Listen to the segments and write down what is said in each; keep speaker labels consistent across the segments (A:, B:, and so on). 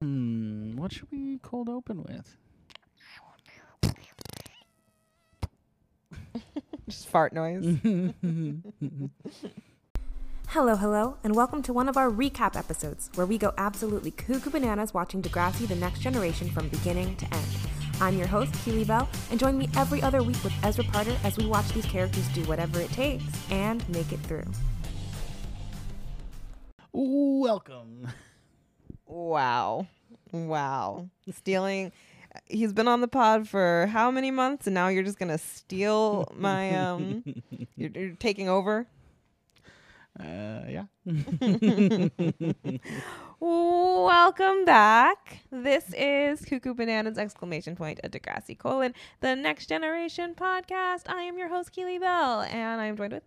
A: Hmm, What should we cold open with?
B: Just fart noise.
C: Hello, hello, and welcome to one of our recap episodes where we go absolutely cuckoo bananas watching Degrassi The Next Generation from beginning to end. I'm your host, Keely Bell, and join me every other week with Ezra Parter as we watch these characters do whatever it takes and make it through.
A: Welcome.
B: wow. Wow. Stealing. He's been on the pod for how many months, and now you're just gonna steal my um. You're, you're taking over.
A: Uh, yeah.
B: Welcome back. This is Cuckoo Bananas exclamation point a Degrassi colon the Next Generation podcast. I am your host Keely Bell, and I am joined with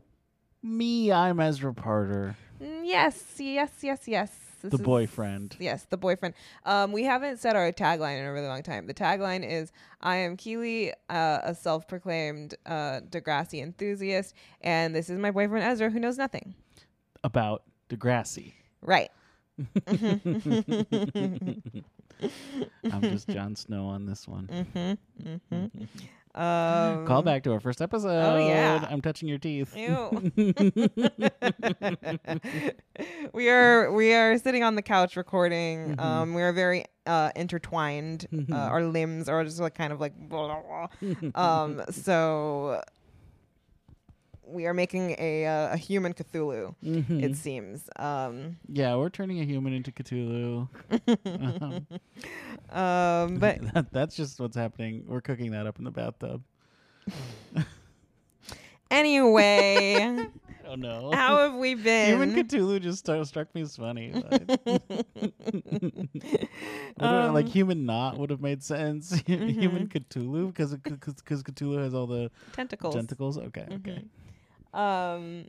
A: Me, I'm Ezra Parter,
B: Mm, yes, yes, yes, yes. This
A: the
B: is-
A: boyfriend.
B: Yes, the boyfriend. Um, we haven't said our tagline in a really long time. The tagline is I am Keely, uh, a self proclaimed uh, Degrassi enthusiast, and this is my boyfriend Ezra, who knows nothing.
A: about Degrassi.
B: Right.
A: I'm just Jon Snow on this one.
B: Um,
A: Call back to our first episode. Oh
B: yeah.
A: I'm touching your teeth.
B: Ew. we are we are sitting on the couch recording. Um, we are very uh, intertwined. Uh, our limbs are just like kind of like. Blah, blah, blah. um, so we are making a uh, a human Cthulhu. It seems. Um,
A: Yeah, we're turning a human into Cthulhu.
B: um, but
A: That- that's just what's happening. We're cooking that up in the bathtub.
B: anyway,
A: I don't know.
B: how have we been?
A: Human Cthulhu just stu- struck me as funny. but- I don't know, like
B: Um,
A: human knot would have made sense. Human
B: Mm-hmm.
A: Cthulhu because because Cthulhu has all the
B: Tentacles.
A: tentacles. Okay, okay.
B: Mm-hmm. Um.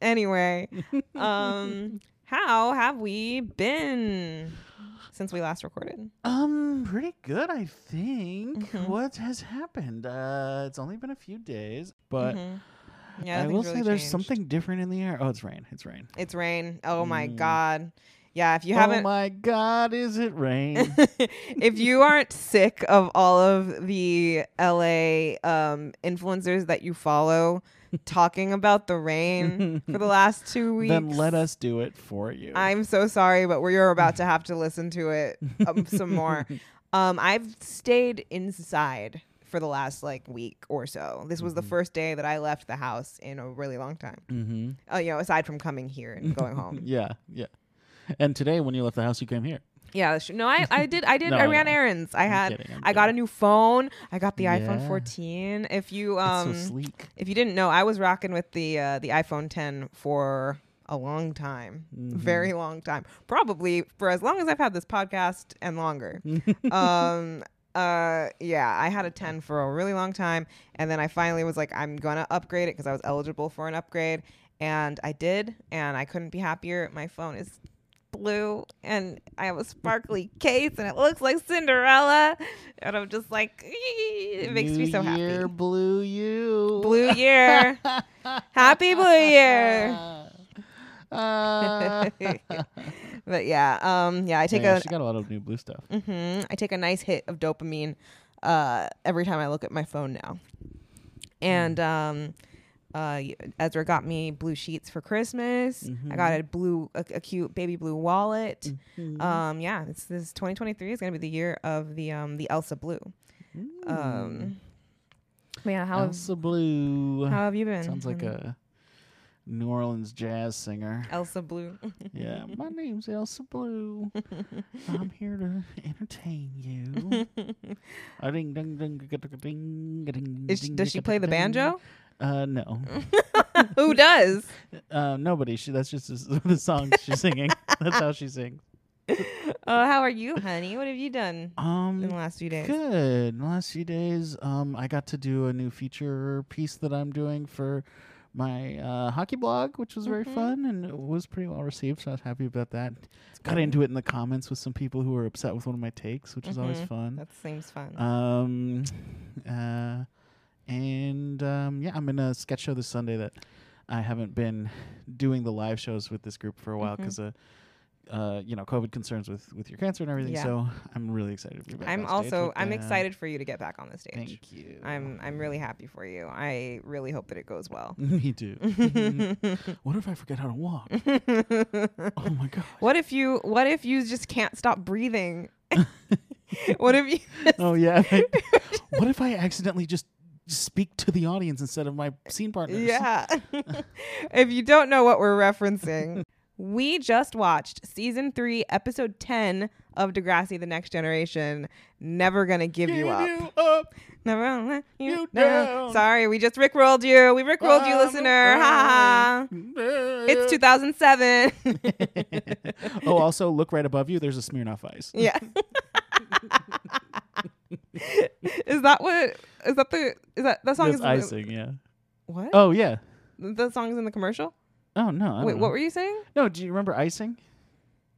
B: anyway, um, how have we been since we last recorded?
A: Um, pretty good, I think.
B: Mm-hmm.
A: What has happened? Uh, it's only been a few days, but
B: Mm-hmm. Yeah,
A: I
B: nothing's
A: will say
B: really
A: there's
B: changed.
A: something different in the air. Oh, it's rain. It's rain.
B: It's rain. Oh my
A: Mm.
B: god. Yeah, if you
A: Oh
B: haven't,
A: my God, is it rain?
B: if you aren't sick of all of the LA um, influencers that you follow talking about the rain for the last two weeks,
A: then let us do it for you.
B: I'm so sorry, but we're about to have to listen to it um, some more. Um, I've stayed inside for the last like week or so. This was the first day that I left the house in a really long time.
A: mm-hmm.
B: Uh, you know, aside from coming here and going home.
A: Yeah, yeah. And today, when you left the house, you came here.
B: yeah, sh- no, I, I did, I did,
A: No,
B: I
A: I
B: ran
A: know.
B: errands. I
A: I'm
B: had,
A: kidding, I'm
B: I got a
A: kidding.
B: new phone. I got the iPhone
A: Yeah.
B: 14. If you,
A: It's
B: um,
A: so sleek.
B: if you didn't know, I was rocking with the uh, the iPhone 10 for a long time,
A: Mm-hmm.
B: very long time, probably for as long as I've had this podcast and longer. um, uh, yeah, I had a 10 for a really long time, and then I finally was like, I'm gonna upgrade it because I was eligible for an upgrade, and I did, and I couldn't be happier. My phone is blue and I have a sparkly case and it looks like Cinderella and I'm just like it makes me
A: New
B: so happy
A: year, Blue you.
B: blue year. Happy blue year.
A: Uh,
B: But yeah, um, yeah, I take
A: yeah,
B: a
A: she got a lot of new blue stuff.
B: mhm, I take a nice hit of dopamine uh, every time I look at my phone now. And
A: Mm.
B: um, uh, y- Ezra got me blue sheets for Christmas. I got
A: Mm-hmm.
B: a blue, a, a cute baby blue wallet. Um, yeah, it's this 2023 is gonna be the year of the um, the Elsa blue. Um, but yeah, how have,
A: Elsa Blue.
B: how have you been? Um,
A: Sounds like a New Orleans jazz singer.
B: Elsa blue.
A: yeah, my name's Elsa Blue. I'm here to entertain you. A ding, ding, ding, ga- ga- ga- ding, ga- ding,
B: Is she-
A: ding,
B: does
A: ga-
B: she
A: ga-
B: play
A: ga-
B: the
A: ding.
B: banjo?
A: Uh, no.
B: Who does?
A: Uh, nobody. She. That's just the song she's singing. That's how she sings.
B: Oh, how are you, honey? What have you done in the
A: Um,
B: last few days?
A: good. In the last few days, um, I got to do a new feature piece that I'm doing for my uh, hockey blog, which was
B: Mm-hmm.
A: very fun and it was pretty well received. So I was happy about that. Got into it in the comments with some people who were upset with one of my takes, which is always fun.
B: That seems fun.
A: Um, uh, and um, yeah, I'm in a sketch show this
B: Mm-hmm.
A: Sunday that I haven't been doing the live shows with this group for a while because uh, you know, COVID concerns with with your cancer and everything.
B: Yeah.
A: So I'm really excited to be back.
B: I'm
A: on stage
B: also
A: with
B: I'm
A: them.
B: excited for you to get back on the stage.
A: Thank you.
B: I'm I'm really happy for you. I really hope that it goes well.
A: Me too. what if I forget how to walk? oh my god.
B: What if you what if you just can't stop breathing? what if you
A: Oh yeah. like, what if I accidentally just speak to the audience instead of my scene partners?
B: Yeah. if you don't know what we're referencing, we just watched season 3 episode 10 of Degrassi the Next Generation, Never Gonna Give You Up.
A: up.
B: Never gonna let you,
A: You
B: down.
A: down.
B: Sorry, we just rickrolled you. We rickrolled you,
A: I'm
B: listener. Ha ha.
A: afraid.
B: It's 2007.
A: oh, also look right above you. There's a Smirnoff Ice.
B: yeah. is that what? Is that the? Is that that song?
A: That's
B: is
A: icing. Yeah.
B: What?
A: Oh yeah.
B: The song's in the commercial.
A: Oh no. I
B: Wait,
A: don't
B: what
A: know.
B: were you saying?
A: No, do you remember icing?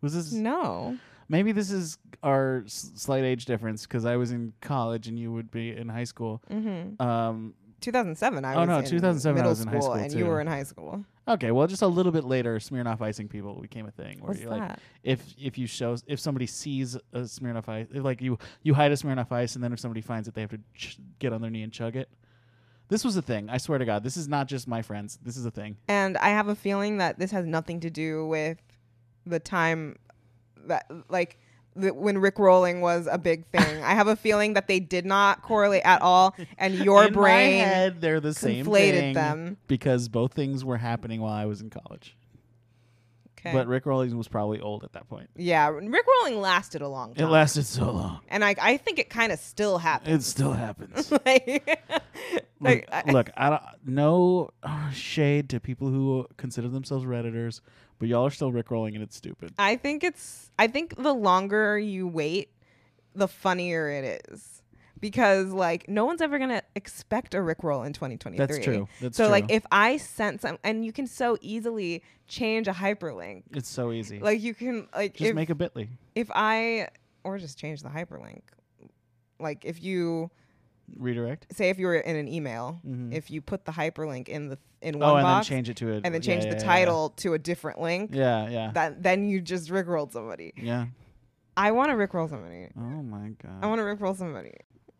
A: Was this
B: No.
A: maybe this is our s- slight age difference because I was in college and you would be in high school. Mm-hmm. Um,
B: 2007. I
A: Oh,
B: was
A: no,
B: in
A: 2007 I
B: middle
A: was in high school,
B: and you
A: too.
B: were in high school.
A: okay, well, just a little bit later, Smirnoff icing people became a thing where
B: What's
A: you like
B: that?
A: if if you show if somebody sees a Smirnoff ice, if, like you you hide a Smirnoff ice, and then if somebody finds it, they have to ch- get on their knee and chug it. This was a thing. I swear to God, this is not just my friends. This is a thing.
B: And I have a feeling that this has nothing to do with the time that, like, the, when Rick rolling was a big thing. I have a feeling that they did not correlate at all, and your
A: in
B: brain.
A: my head, they're the same
B: conflated
A: thing
B: them.
A: because both things were happening while I was in college.
B: Okay.
A: But Rick Rollins was probably old at that point.
B: yeah, Rick rolling lasted a long
A: It
B: time,
A: lasted so long.
B: and I, I think it kind of still happens.
A: It still happens.
B: like,
A: Look,
B: I-
A: look, I don't, no uh, shade to people who consider themselves redditors, but y'all are still rickrolling and it's stupid.
B: I think it's I think the longer you wait, the funnier it is. Because like no one's ever gonna expect a Rickroll in 2023.
A: That's true. That's
B: so like
A: true.
B: if I sent some, and you can so easily change a hyperlink.
A: It's so easy.
B: Like you can like
A: Just
B: if
A: make a Bitly.
B: if I or just change the hyperlink. Like if you
A: Redirect.
B: say if you were in an email, if you put the hyperlink in the in one
A: Mm-hmm. Oh, and
B: box
A: then change it to a
B: and then
A: yeah,
B: change
A: yeah,
B: the
A: yeah,
B: title to a different link,
A: Yeah, yeah. Yeah.
B: that then you just rickrolled somebody.
A: yeah.
B: I want to rickroll somebody.
A: Oh my
B: I
A: god.
B: want to rickroll somebody.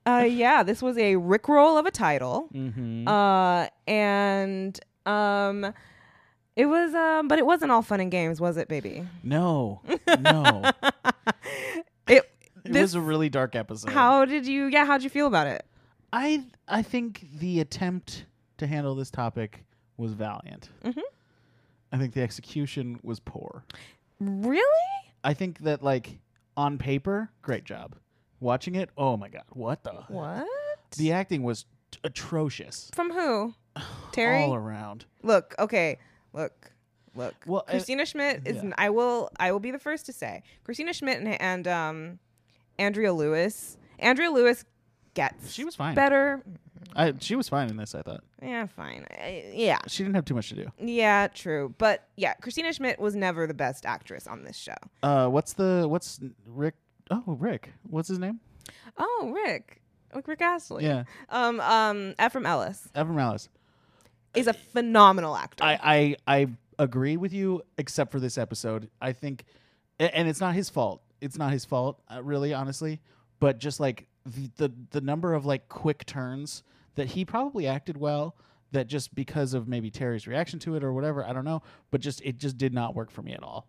B: Uh, yeah, this was a rickroll of a title.
A: Mm-hmm.
B: Uh, and um, it was um, but it wasn't all fun and games, was it, baby?
A: No, no.
B: It.
A: it
B: this,
A: was a really dark episode.
B: how did you? Yeah, how'd you feel about it?
A: I I think the attempt to handle this topic was valiant.
B: Mm-hmm.
A: I think the execution was poor.
B: Really?
A: I think that like on paper, great job. Watching it, oh my god, what the?
B: What?
A: The acting was t- atrocious
B: From who? Terry.
A: all around.
B: Look. Okay. Look. Look.
A: Well, I-
B: Christina Schmidt is.
A: yeah.
B: I will. I will be the first to say Christina Schmidt and, and um, Andrea Lewis. Andrea Lewis gets
A: She was fine.
B: better.
A: I, she was fine in this. I thought
B: Yeah, fine. I- yeah.
A: she didn't have too much to do.
B: Yeah, true. But yeah, Christina Schmidt was never the best actress on this show.
A: Uh, what's the what's Rick? Oh, Rick. What's his name?
B: Oh, Rick. Like Rick Astley.
A: Yeah,
B: Um, um, Ephraim Ellis
A: Evan Morales.
B: is a phenomenal actor.
A: I, I I agree with you, except for this episode. I think, a- and it's not his fault. It's not his fault, uh, really, honestly. But just like the, the the number of like quick turns that he probably acted well. That just because of maybe Terry's reaction to it or whatever, I don't know. But just it just did not work for me at all.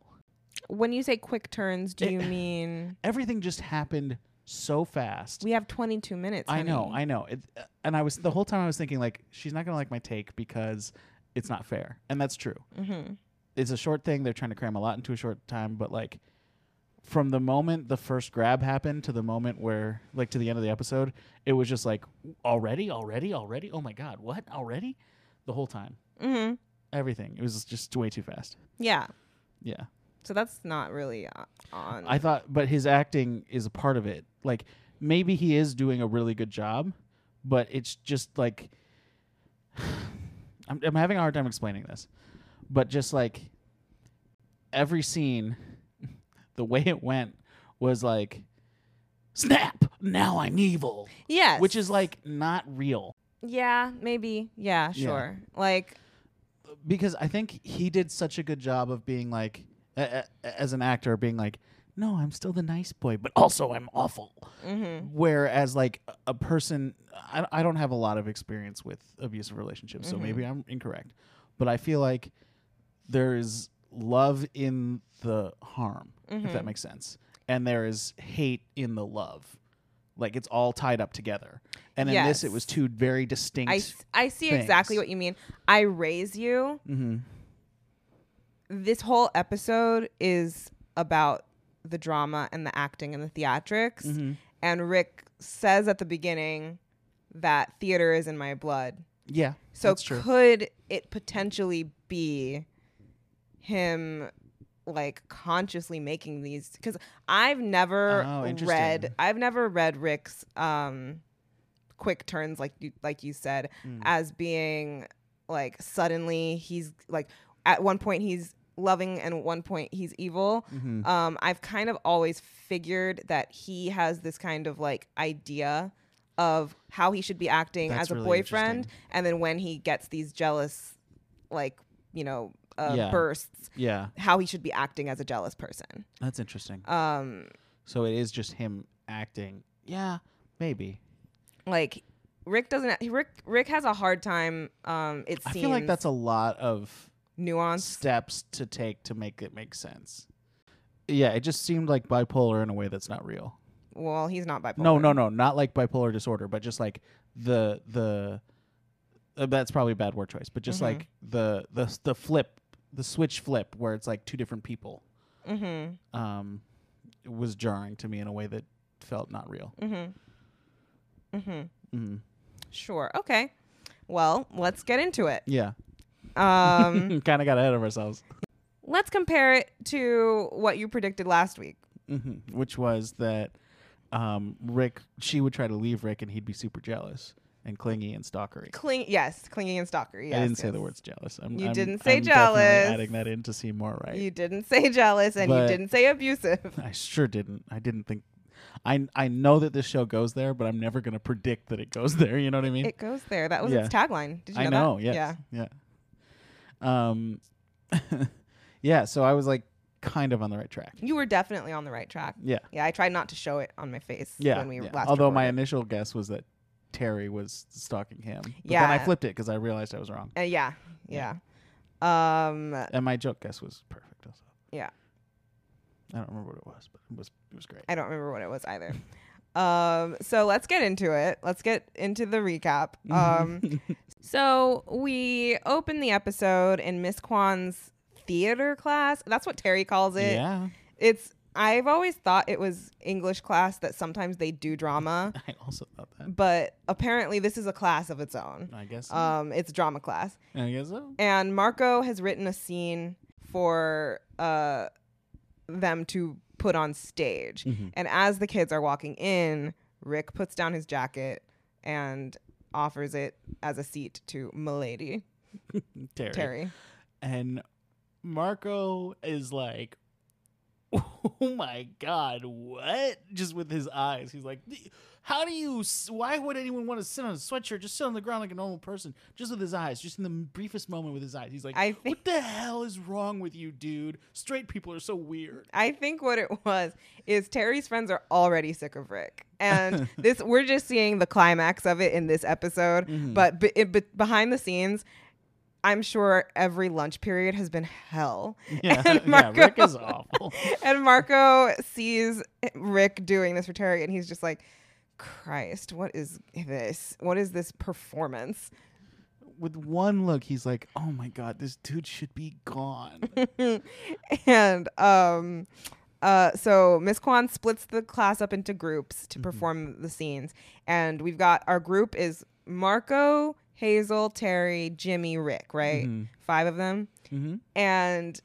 B: when you say quick turns, do
A: It-
B: you mean
A: Everything just happened so fast.
B: we have 22 minutes?
A: I know,
B: honey.
A: I know. It, uh, and I was the whole time I was thinking like she's not gonna like my take because it's not fair, and that's true. It's a short thing. They're trying to cram a lot into a short time, but like from the moment the first grab happened to the moment where like to the end of the episode, it was just like already, already, already. Oh my god, what already? The whole time,
B: Mm-hmm.
A: everything. It was just way too fast.
B: Yeah.
A: Yeah.
B: So that's not really uh, on.
A: I thought, but his acting is a part of it. Like maybe he is doing a really good job, but it's just like I'm, I'm having a hard time explaining this. But just like every scene, the way it went was like, snap! Now I'm evil,
B: yes.
A: which is like not real.
B: Yeah, maybe. Yeah, sure. Like,
A: because I think he did such a good job of being like, a- a- as an actor being like, no, I'm still the nice boy, but also I'm awful.
B: Mm-hmm.
A: Whereas like a- a person, I, I don't have a lot of experience with abusive relationships, so
B: Mm-hmm.
A: maybe I'm incorrect, but I feel like there is love in the harm, if
B: Mm-hmm.
A: that makes sense, and there is hate in the love. Like it's all tied up together, and in this, it
B: Yes.
A: was two very distinct.
B: I, s- I see
A: things.
B: exactly what you mean. I raise you.
A: Mhm.
B: This whole episode is about the drama and the acting and the theatrics.
A: Mm-hmm.
B: And Rick says at the beginning that theater is in my blood.
A: yeah,
B: So
A: that's true.
B: could it potentially be him like consciously making these cuz I've never
A: Oh,
B: read
A: interesting.
B: I've never read Rick's um quick turns like you like you said
A: Mm.
B: as being like suddenly he's like at one point he's loving and at one point he's evil.
A: Mm-hmm.
B: Um I've kind of always figured that he has this kind of like idea of how he should be acting
A: That's
B: as a
A: really
B: boyfriend
A: interesting.
B: and then when he gets these jealous like, you know, uh,
A: Yeah.
B: bursts
A: yeah,
B: how he should be acting as a jealous person.
A: that's interesting.
B: Um
A: So it is just him acting. Yeah, maybe.
B: like Rick doesn't Rick Rick has a hard time um it
A: I
B: seems
A: feel like that's a lot of
B: nuanced
A: steps to take to make it make sense. Yeah, it just seemed like bipolar in a way that's not real.
B: well he's not bipolar
A: No, no, no, not like bipolar disorder, but just like the the uh, that's probably a bad word choice, but just like the the the flip, the switch flip where it's like two different people. Mhm. Um was jarring to me in a way that felt not real. Mm-hmm.
B: sure okay well let's get into it
A: Yeah.
B: um
A: kind of got ahead of ourselves.
B: let's compare it to what you predicted last week
A: hmm which was that um, Rick, she would try to leave Rick, and he'd be super jealous and clingy and stalkery.
B: cling yes clinging and stalkery yes,
A: I didn't say
B: yes.
A: the words jealous. I'm,
B: You
A: I'm-
B: didn't say
A: I'm definitely
B: jealous.
A: Adding that in to seem more right.
B: you didn't say jealous and you
A: But-
B: didn't say abusive
A: I sure didn't. I didn't think. I I know that this show goes there, but I'm never gonna predict that it goes there. You know what I mean?
B: it goes there that was its
A: Yeah.
B: tagline did you know,
A: I know.
B: that
A: Yes. Yeah. Yeah. Um. yeah. So I was like kind of on the right track.
B: you were definitely on the right track
A: Yeah.
B: yeah i tried not to show it on my face
A: Yeah.
B: when we
A: yeah.
B: last
A: Although my
B: recorded.
A: initial guess was that Terry was stalking him. But Then I
B: Yeah.
A: flipped it because I realized I was wrong.
B: Uh, yeah yeah um
A: And my joke guess was perfect also.
B: yeah
A: I don't remember what it was, but it was it was great.
B: I don't remember what it was either. um, so let's get into it. Let's get into the recap. Um, so we open the episode in Miss Kwan's theater class. That's what Terry calls it.
A: yeah.
B: It's I've always thought it was English class that sometimes they do drama,
A: I also thought that.
B: but apparently this is a class of its own.
A: I guess so.
B: Um, it's drama class.
A: I guess so.
B: And Marco has written a scene for uh, them to put on stage. And as the kids are walking in, Rick puts down his jacket and offers it as a seat to Milady
A: Terry.
B: Terry.
A: And Marco is like Oh my god, what? Just with his eyes. He's like, "The- "How do you s- why would anyone want to sit on a sweatshirt just sit on the ground like a normal person?" Just with his eyes, just in the briefest moment with his eyes. He's like,
B: I think-
A: "What the hell is wrong with you, dude? Straight people are so weird."
B: I think what it was is Terry's friends are already sick of Rick. And this we're just seeing the climax of it in this episode, but be, it, but behind the scenes I'm sure every lunch period has been hell.
A: Yeah,
B: And Marco-
A: yeah, Rick is awful.
B: and Marco sees Rick doing this for Terry, and he's just like, Christ, what is this? What is this performance?
A: with one look, he's like, "Oh my god, this dude should be gone."
B: And um, uh, so Miss Kwan splits the class up into groups to perform the scenes, and we've got our group is Marco, Hazel, Terry, Jimmy, Rick, right? Five of them,
A: mm-hmm.
B: and.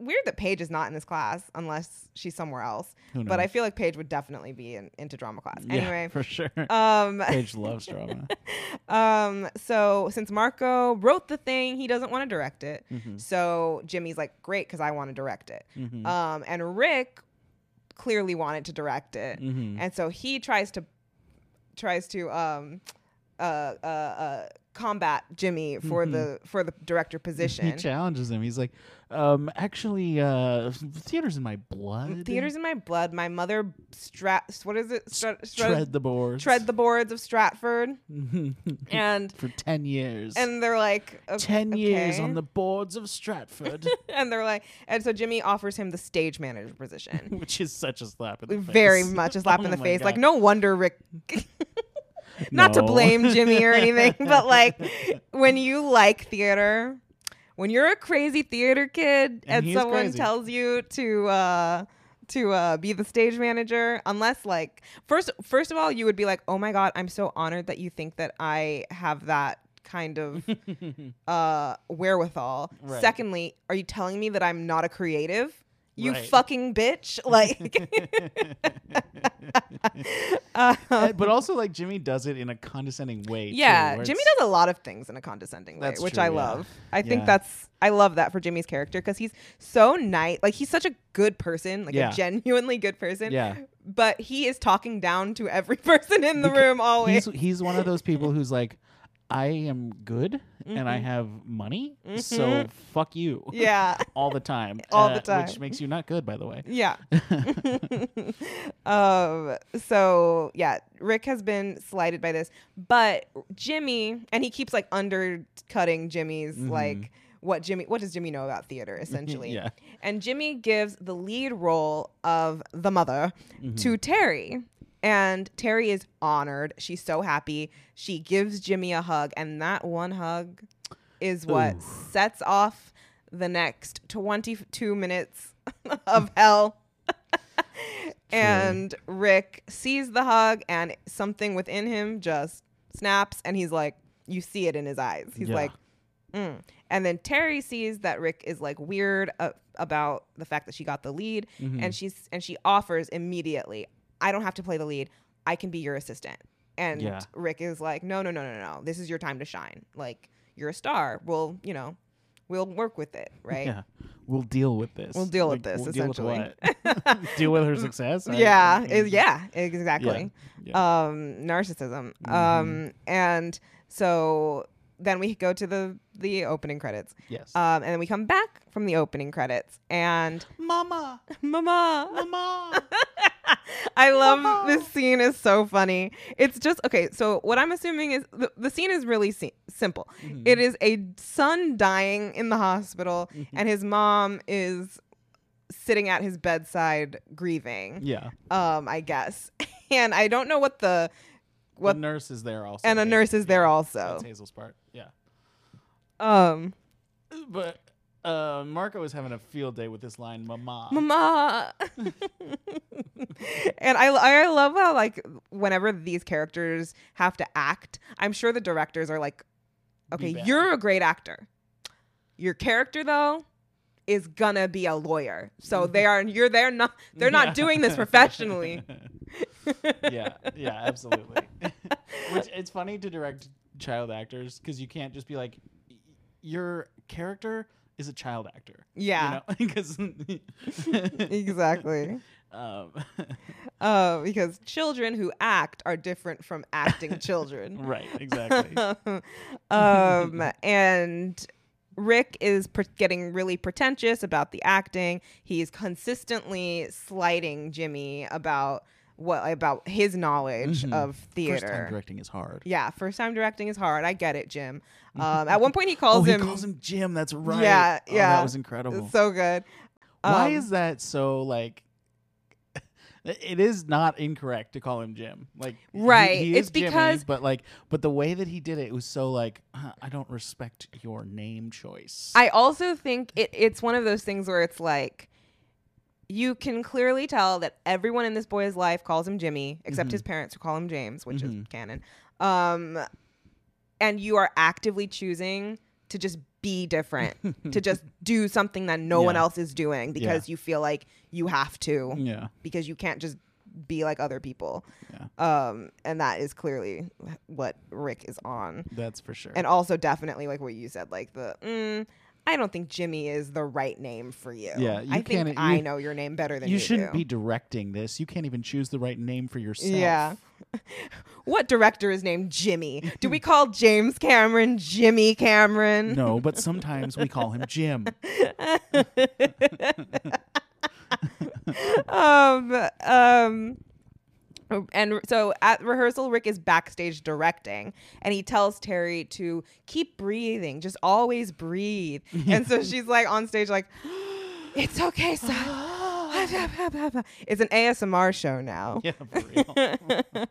B: Weird that Paige is not in this class unless she's somewhere else. But I feel like Paige would definitely be in, into drama class. anyway,
A: for sure.
B: um,
A: Paige loves drama.
B: Um, so since Marco wrote the thing, he doesn't want to direct it.
A: Mm-hmm.
B: So Jimmy's like, great, because I want to direct it. Um, and Rick clearly wanted to direct it,
A: Mm-hmm.
B: and so he tries to tries to um, uh, uh, uh, combat Jimmy for the for the director
A: Mm-hmm. He
B: position.
A: challenges him. He's like, um, actually, uh, theater's in my blood.
B: Theater's in my blood. My mother strat. What is it? Strat- strat-
A: tread the boards.
B: tread the boards of Stratford, and
A: for ten years.
B: and they're like "O-
A: ten years
B: okay."
A: on the boards of Stratford,
B: and they're like, and so Jimmy offers him the stage manager position.
A: which is such a slap in the face.
B: Very much a slap in
A: Oh
B: the
A: my
B: face. Like,
A: God.
B: no wonder Rick. Not to
A: No.
B: blame Jimmy or anything, but like, when you like theater, when you're a crazy theater
A: And
B: kid, and,
A: he's
B: someone
A: crazy.
B: tells you to. uh to uh, be the stage manager, unless like first, first of all, you would be like, "Oh my god, I'm so honored that you think that I have that kind of uh, wherewithal.
A: Right.
B: Secondly, are you telling me that I'm not a creative? You
A: Right.
B: fucking bitch! Like, uh,
A: Uh, but also, like Jimmy does it in a condescending way. too,
B: yeah,
A: where
B: Jimmy
A: it's-
B: does a lot of things in a condescending way,
A: That's
B: which
A: true,
B: I
A: yeah.
B: love. I think
A: Yeah.
B: that's I love that for Jimmy's character because he's so nice. Like, he's such a good person, like
A: Yeah.
B: a genuinely good person.
A: Yeah.
B: But he is talking down to every person in the room always.
A: He's he's one of those people who's like, I am good and I have money, so fuck you.
B: Mm-hmm. Yeah.
A: All the time. uh,
B: All the
A: Which
B: time.
A: makes you not good, by the way.
B: Yeah. um, so yeah, Rick has been slighted by this, but Jimmy, and he keeps like undercutting Jimmy's like what Jimmy, what does Jimmy know about theater essentially?
A: Yeah.
B: And Jimmy gives the lead role of the mother to Terry. And Terry is honored. She's so happy. She gives Jimmy a hug, and that one hug is what sets off the next 22 minutes of hell. and Rick sees the hug, and something within him just snaps, and he's like, You see it in his eyes. He's
A: Yeah.
B: like, Mm. And then Terry sees that Rick is like weird uh, about the fact that she got the lead,
A: Mm-hmm.
B: and she's and she offers immediately, "I don't have to play the lead. I can be your assistant." And
A: Yeah.
B: Rick is like, "No, no, no, no, no. This is your time to shine. Like you're a star. We'll, you know, we'll work with it, right?"
A: Yeah. We'll deal with this.
B: We'll deal with this,
A: Deal with, what? deal with her success. I-
B: yeah, is- yeah, exactly.
A: Mm-hmm. Yeah. Mm-hmm.
B: Um, narcissism. Um, and so then we go to the the opening credits.
A: Yes.
B: Um, and then we come back from the opening credits and
A: Mama.
B: Mama.
A: Mama.
B: I love this scene is so funny. It's just okay, so what I'm assuming is the, the scene is really si- simple.
A: Mm-hmm.
B: It is a son dying in the hospital
A: Mm-hmm.
B: and his mom is sitting at his bedside grieving.
A: yeah.
B: um, I guess. And I don't know what the What-
A: The nurse is there also.
B: and a
A: Hazel-
B: nurse is there
A: That's
B: also.
A: Hazel's part. Yeah.
B: Um,
A: But uh, Marco is having a field day with this line, Mama.
B: mama. and I, I love how like whenever these characters have to act, I'm sure the directors are like,
A: Be
B: okay,
A: bad."
B: you're a great actor. Your character though is gonna be a lawyer. So they are you're they're not they're
A: Mm-hmm. Yeah.
B: not doing this professionally.
A: yeah, yeah, absolutely. Which it's funny to direct child actors because you can't just be like, "Y- your character is a child actor.
B: Yeah.
A: you know? 'Cause-
B: exactly.
A: um,
B: Uh, because children who act are different from acting children.
A: right, exactly.
B: um, and Rick is pre- getting really pretentious about the acting. He's consistently slighting Jimmy about what about his knowledge of theater.
A: Mm-hmm. First time directing is hard.
B: yeah, first time directing is hard. I get it, Jim. Um, at one point, he calls
A: Mm-hmm. oh,
B: him.
A: he calls him Jim. That's right.
B: Yeah,
A: Oh,
B: yeah.
A: that was incredible.
B: It's so good.
A: Why
B: um,
A: is that so like? It is not incorrect to call him Jim. Like, he-
B: Right.
A: he,
B: It's
A: is Jimmy,
B: because-
A: but like, but the way that he did it, it was so like, "Huh, I don't respect your name choice.
B: I also think it, it's one of those things where it's like you can clearly tell that everyone in this boy's life calls him Jimmy, except
A: Mm-hmm.
B: his parents who call him James, which is canon. Um, and you are actively choosing to just be different, to just do something that no one
A: Yeah. Mm.
B: else is doing because you feel like you have to,
A: yeah,
B: because you can't just be like other people.
A: Yeah.
B: Um, and that is clearly what Rick is on
A: that's for sure.
B: and also definitely like what you said like the mm, I don't think Jimmy is the right name for you.
A: Yeah, you
B: I think
A: can't- you-
B: I know your name better than you.
A: You shouldn't
B: do.
A: be directing this. You can't even choose the right name for yourself.
B: Yeah. what director is named Jimmy? Do we call James Cameron Jimmy Cameron?
A: No, but sometimes we call him Jim.
B: um, um, and so at rehearsal, Rick is backstage directing, and he tells Terry to keep breathing, just always breathe. and so she's like on stage, like, "It's okay, son." it's an ASMR show now.
A: Yeah, for real.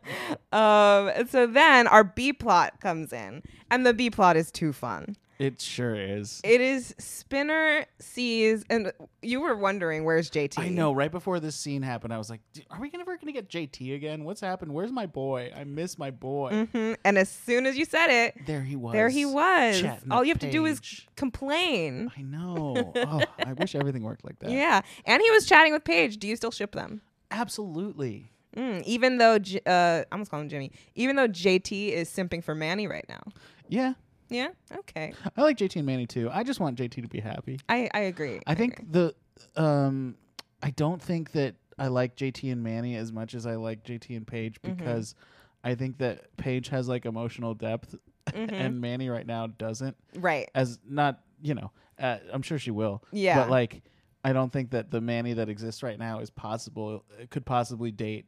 B: Um, and so then our B plot comes in, and the B plot is too fun.
A: It sure is.
B: It is Spinner sees, and you were wondering where's JT.
A: I know. Right before this scene happened, I was like, "D- "Are we ever going to get JT again? What's happened? Where's my boy? I miss my boy."
B: Mhm. And as soon as you said it,
A: There he was.
B: There he was.
A: chatting
B: All
A: up
B: you have to do is
A: Paige.
B: complain.
A: I know. Oh, I wish everything worked like that.
B: Yeah. And he was chatting with Paige. Do you still ship them?
A: Absolutely.
B: Mm, even though, J- uh, I almost call him Jimmy, even though JT is simping for Manny right now.
A: Yeah.
B: Yeah. Okay.
A: I like JT and Manny too. I just want JT to be happy.
B: I, I agree.
A: I think the um I don't think that I like JT and Manny as much as I like JT and Paige
B: Mm-hmm.
A: because I think that Paige has like emotional depth
B: Mm-hmm.
A: and Manny right now doesn't
B: Right.
A: as not, you know, uh, I'm sure she will.
B: Yeah.
A: But like I don't think that the Manny that exists right now is possible uh, could possibly date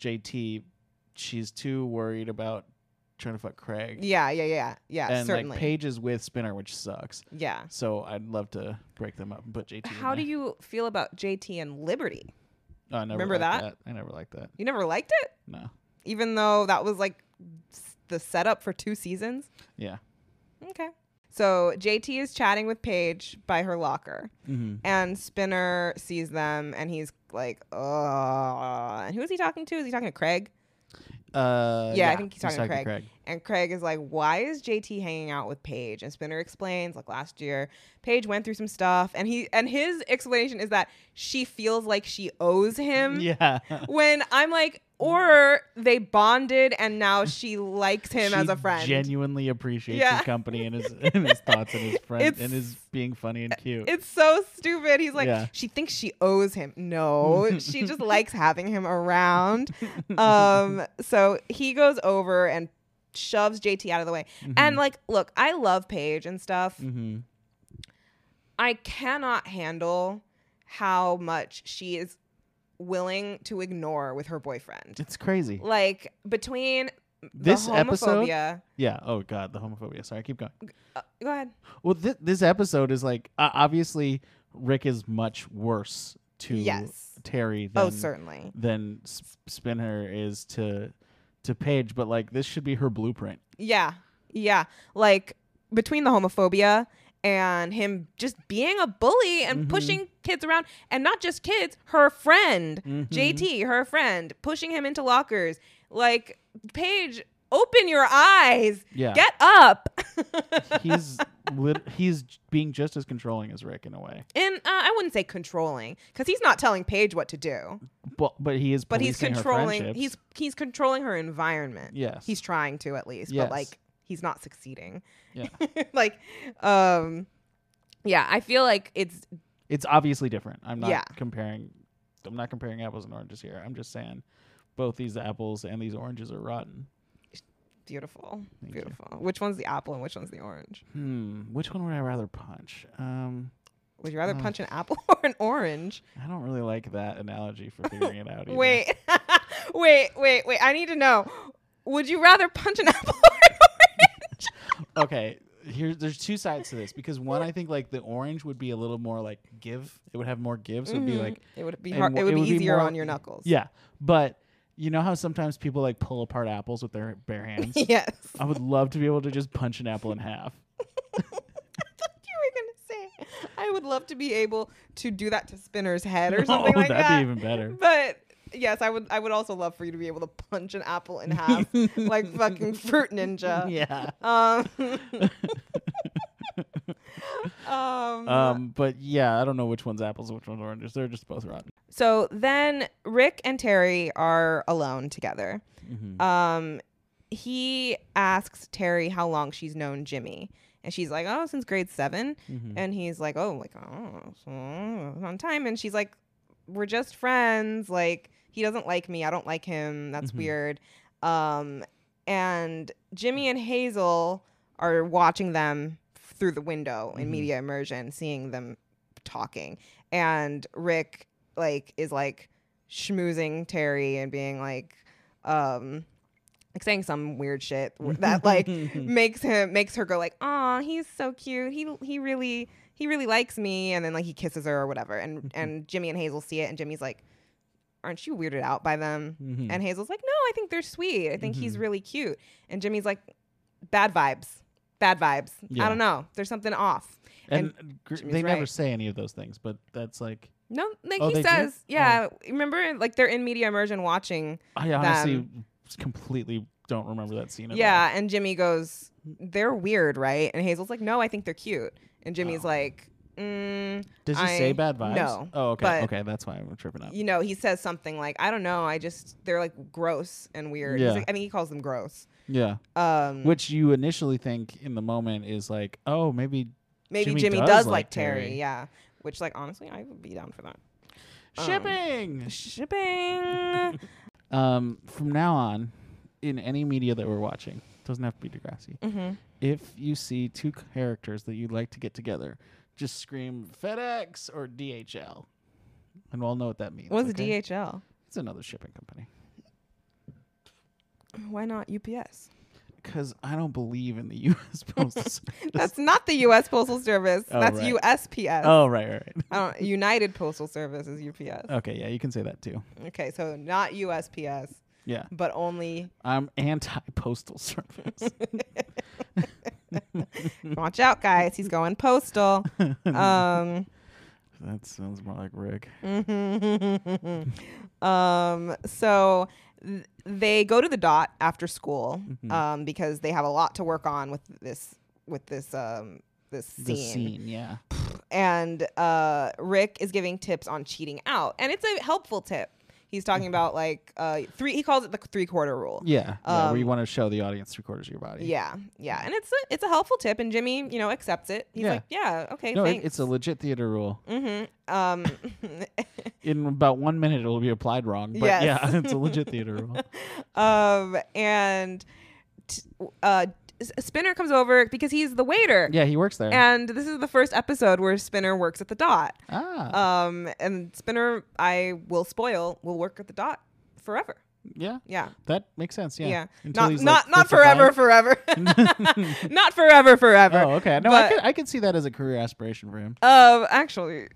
A: JT. She's too worried about trying to fuck Craig.
B: Yeah. Yeah. Yeah. Yeah.
A: and
B: certainly.
A: like Paige is with Spinner, which sucks.
B: yeah.
A: So I'd love to break them up and put JT. in
B: How do
A: there.
B: you feel about JT and Liberty?
A: Oh, I never
B: remember
A: liked
B: that?
A: I never liked that.
B: You never liked it?
A: No.
B: Even though that was like s- the setup for two seasons?
A: Yeah.
B: Okay. So JT is chatting with Paige by her locker, and Spinner sees them, and he's like, "Oh." And who is he talking to? Is he talking to Craig?
A: Uh,
B: yeah, I think he's talking to Craig.
A: Craig.
B: And Craig is like, "Why is JT hanging out with Paige?" And Spinner explains, like last year, Paige went through some stuff, and he and his explanation is that she feels like she owes him.
A: Yeah.
B: When I'm like, or they bonded, and now she likes him as
A: She
B: a friend.
A: Genuinely appreciates
B: Yeah.
A: his company and his and his thoughts and his friend
B: It's-
A: and his being funny and cute.
B: It's so stupid. He's like,
A: Yeah.
B: she thinks she owes him. No, she just likes having him around. Um, so he goes over and shoves JT out of the way. And like, look, I love Paige and stuff.
A: mm-hmm.
B: I cannot handle how much she is willing to ignore with her boyfriend.
A: It's crazy.
B: Like between
A: This
B: the
A: episode?
B: homophobia. uh,
A: Yeah. Oh God, the homophobia. Sorry, keep going.
B: Go ahead.
A: Well, thi- this episode is like uh, obviously Rick is much worse to
B: Yes.
A: Terry than
B: Oh, certainly.
A: than S- Spinner is to to Paige, but like this should be her blueprint.
B: Yeah. Yeah. Like between the homophobia and him just being a bully
A: Mm-hmm.
B: and pushing kids around and not just kids, her friend,
A: Mm-hmm.
B: JT, her friend, pushing him into lockers. Like, Paige, open your eyes.
A: Yeah.
B: Get up.
A: He's lit- he's j- being just as controlling as Rick in a way,
B: and uh, I wouldn't say controlling because he's not telling Paige what to do,
A: but but he is
B: but he's
A: policing her
B: controlling.
A: friendships.
B: He's he's controlling her environment.
A: Yes.
B: He's trying to at least, but
A: Yes.
B: like he's not succeeding.
A: yeah.
B: like um yeah i feel like it's
A: It's obviously different. I'm not
B: Yeah.
A: comparing. I'm not comparing apples and oranges here. I'm just saying, both these apples and these oranges are rotten.
B: beautiful
A: Thank you.
B: beautiful which one's the apple and which one's the orange
A: Hmm. Which one would I rather punch? Um.
B: would you rather
A: Uh.
B: punch an apple or an orange
A: I don't really like that analogy for figuring it out. Either.
B: wait wait wait wait i need to know would you rather punch an apple or an orange
A: Okay. Here's there's two sides to this because one I think like the orange would be a little more like give. It would have more give. So it'd be like
B: it would be
A: and
B: hard
A: wh-
B: it would be easier
A: more- e-,
B: on your knuckles
A: Yeah, but you know how sometimes people like pull apart apples with their bare hands.
B: yes
A: I would love to be able to just punch an apple in half.
B: you were gonna say i would love to be able to do that to spinner's head or
A: Oh,
B: something like
A: that'd
B: that
A: be even better.
B: But yes, I would. I would also love for you to be able to punch an apple in half, like fucking fruit ninja.
A: Yeah.
B: Um. um,
A: Um, but yeah, I don't know which one's apples, and which one's oranges. They're just both rotten.
B: So then Rick and Terry are alone together.
A: Mm-hmm.
B: Uh, Um. He asks Terry how long she's known Jimmy, And she's like, oh, since grade 7
A: Mm-hmm.
B: And he's like, oh, like, oh, so on time. And she's like, we're just friends. Like, he doesn't like me. I don't like him. That's weird. Um, and Jimmy and Hazel are watching them through the window in media immersion, seeing them talking. And Rick, like, is like schmoozing Terry and being like, um, like saying some weird shit w- that like
A: Mm-hmm.
B: makes him makes her go like, "Aw, he's so cute. He he really he really likes me." And then like he kisses her or whatever. And and Jimmy and Hazel see it, and Jimmy's like, "Aren't you weirded out by them?"
A: Mm-hmm. Hmm.
B: And Hazel's like, "No, I think they're sweet. I think he's really cute." And Jimmy's like, "Bad vibes, bad vibes.
A: Yeah.
B: I don't know. There's something off."
A: and, gr-
B: Jimmy's
A: they never
B: right.
A: say any of those things, but that's like
B: No, like
A: Oh,
B: he
A: they do?
B: says, yeah. Remember, like they're in media immersion watching.
A: I honestly s- completely don't remember that Hmm. scene. At
B: Yeah, and Jimmy goes, "They're weird, right?" And Hazel's like, "No, I think they're cute." And
A: Oh.
B: Jimmy's like, mm,
A: all. does he
B: I-
A: say bad vibes?
B: No.
A: Oh, okay,
B: but,
A: okay, that's why I'm tripping out.
B: You know, he says something like, "I don't know. I just they're like gross and weird." He's
A: Yeah.
B: like- I think he calls them gross.
A: yeah,
B: Um,
A: which you initially think in the moment is like, oh, maybe
B: maybe
A: Jimmy
B: Jimmy,
A: does
B: does,
A: like
B: like Terry.
A: Terry.
B: Yeah, which like honestly, I would be down for that. Um.
A: shipping.
B: Shipping.
A: Um, from now on, in any media that we're watching, doesn't have to be Degrassi. If you see two characters that you'd like to get together, just scream FedEx or DHL, and we'll all know what that means.
B: What's
A: okay?
B: DHL?
A: It's another shipping company.
B: Why not UPS?
A: Because I don't believe in the U.S. Postal Service.
B: That's not the U.S. Postal Service.
A: Oh,
B: That's
A: right.
B: USPS.
A: oh, right, right,
B: I don't, United Postal Service is UPS.
A: right. Okay, yeah, you can say that too.
B: Okay, so not USPS,
A: Yeah,
B: but only
A: I'm anti-postal service.
B: watch out, guys. He's going postal. Um,
A: that sounds more like Rick.
B: um, so th- they go to the dot after school
A: Mm-hmm.
B: um, because they have a lot to work on with this with this um, this scene.
A: The scene, yeah.
B: and uh, Rick is giving tips on cheating out, and it's a helpful tip. He's talking
A: Mm-hmm.
B: about like uh, three. He calls it the three quarter rule.
A: Yeah, yeah, where you want to show the audience three quarters of your body.
B: Yeah, yeah, and it's a it's a helpful tip, and Jimmy, you know, accepts it. He's
A: Yeah.
B: like, yeah, okay,
A: No, it,
B: thanks.
A: it's a legit theater rule.
B: um,
A: In about one minute, it'll be applied wrong. But
B: Yes.
A: yeah, it's a legit theater rule.
B: um, and t- uh, S- Spinner comes over because he's the waiter,
A: Yeah, he works there.
B: and this is the first episode where Spinner works at the dot.
A: ah,
B: Um, and Spinner, I will spoil, will work at the dot forever.
A: yeah,
B: Yeah.
A: that makes sense. Yeah,
B: Yeah.
A: Until
B: Not
A: he's,
B: not
A: like,
B: not
A: 55.
B: forever, forever. not forever, forever.
A: Oh, okay. No, I
B: But-
A: could I could see that as a career aspiration for him.
B: Um, actually,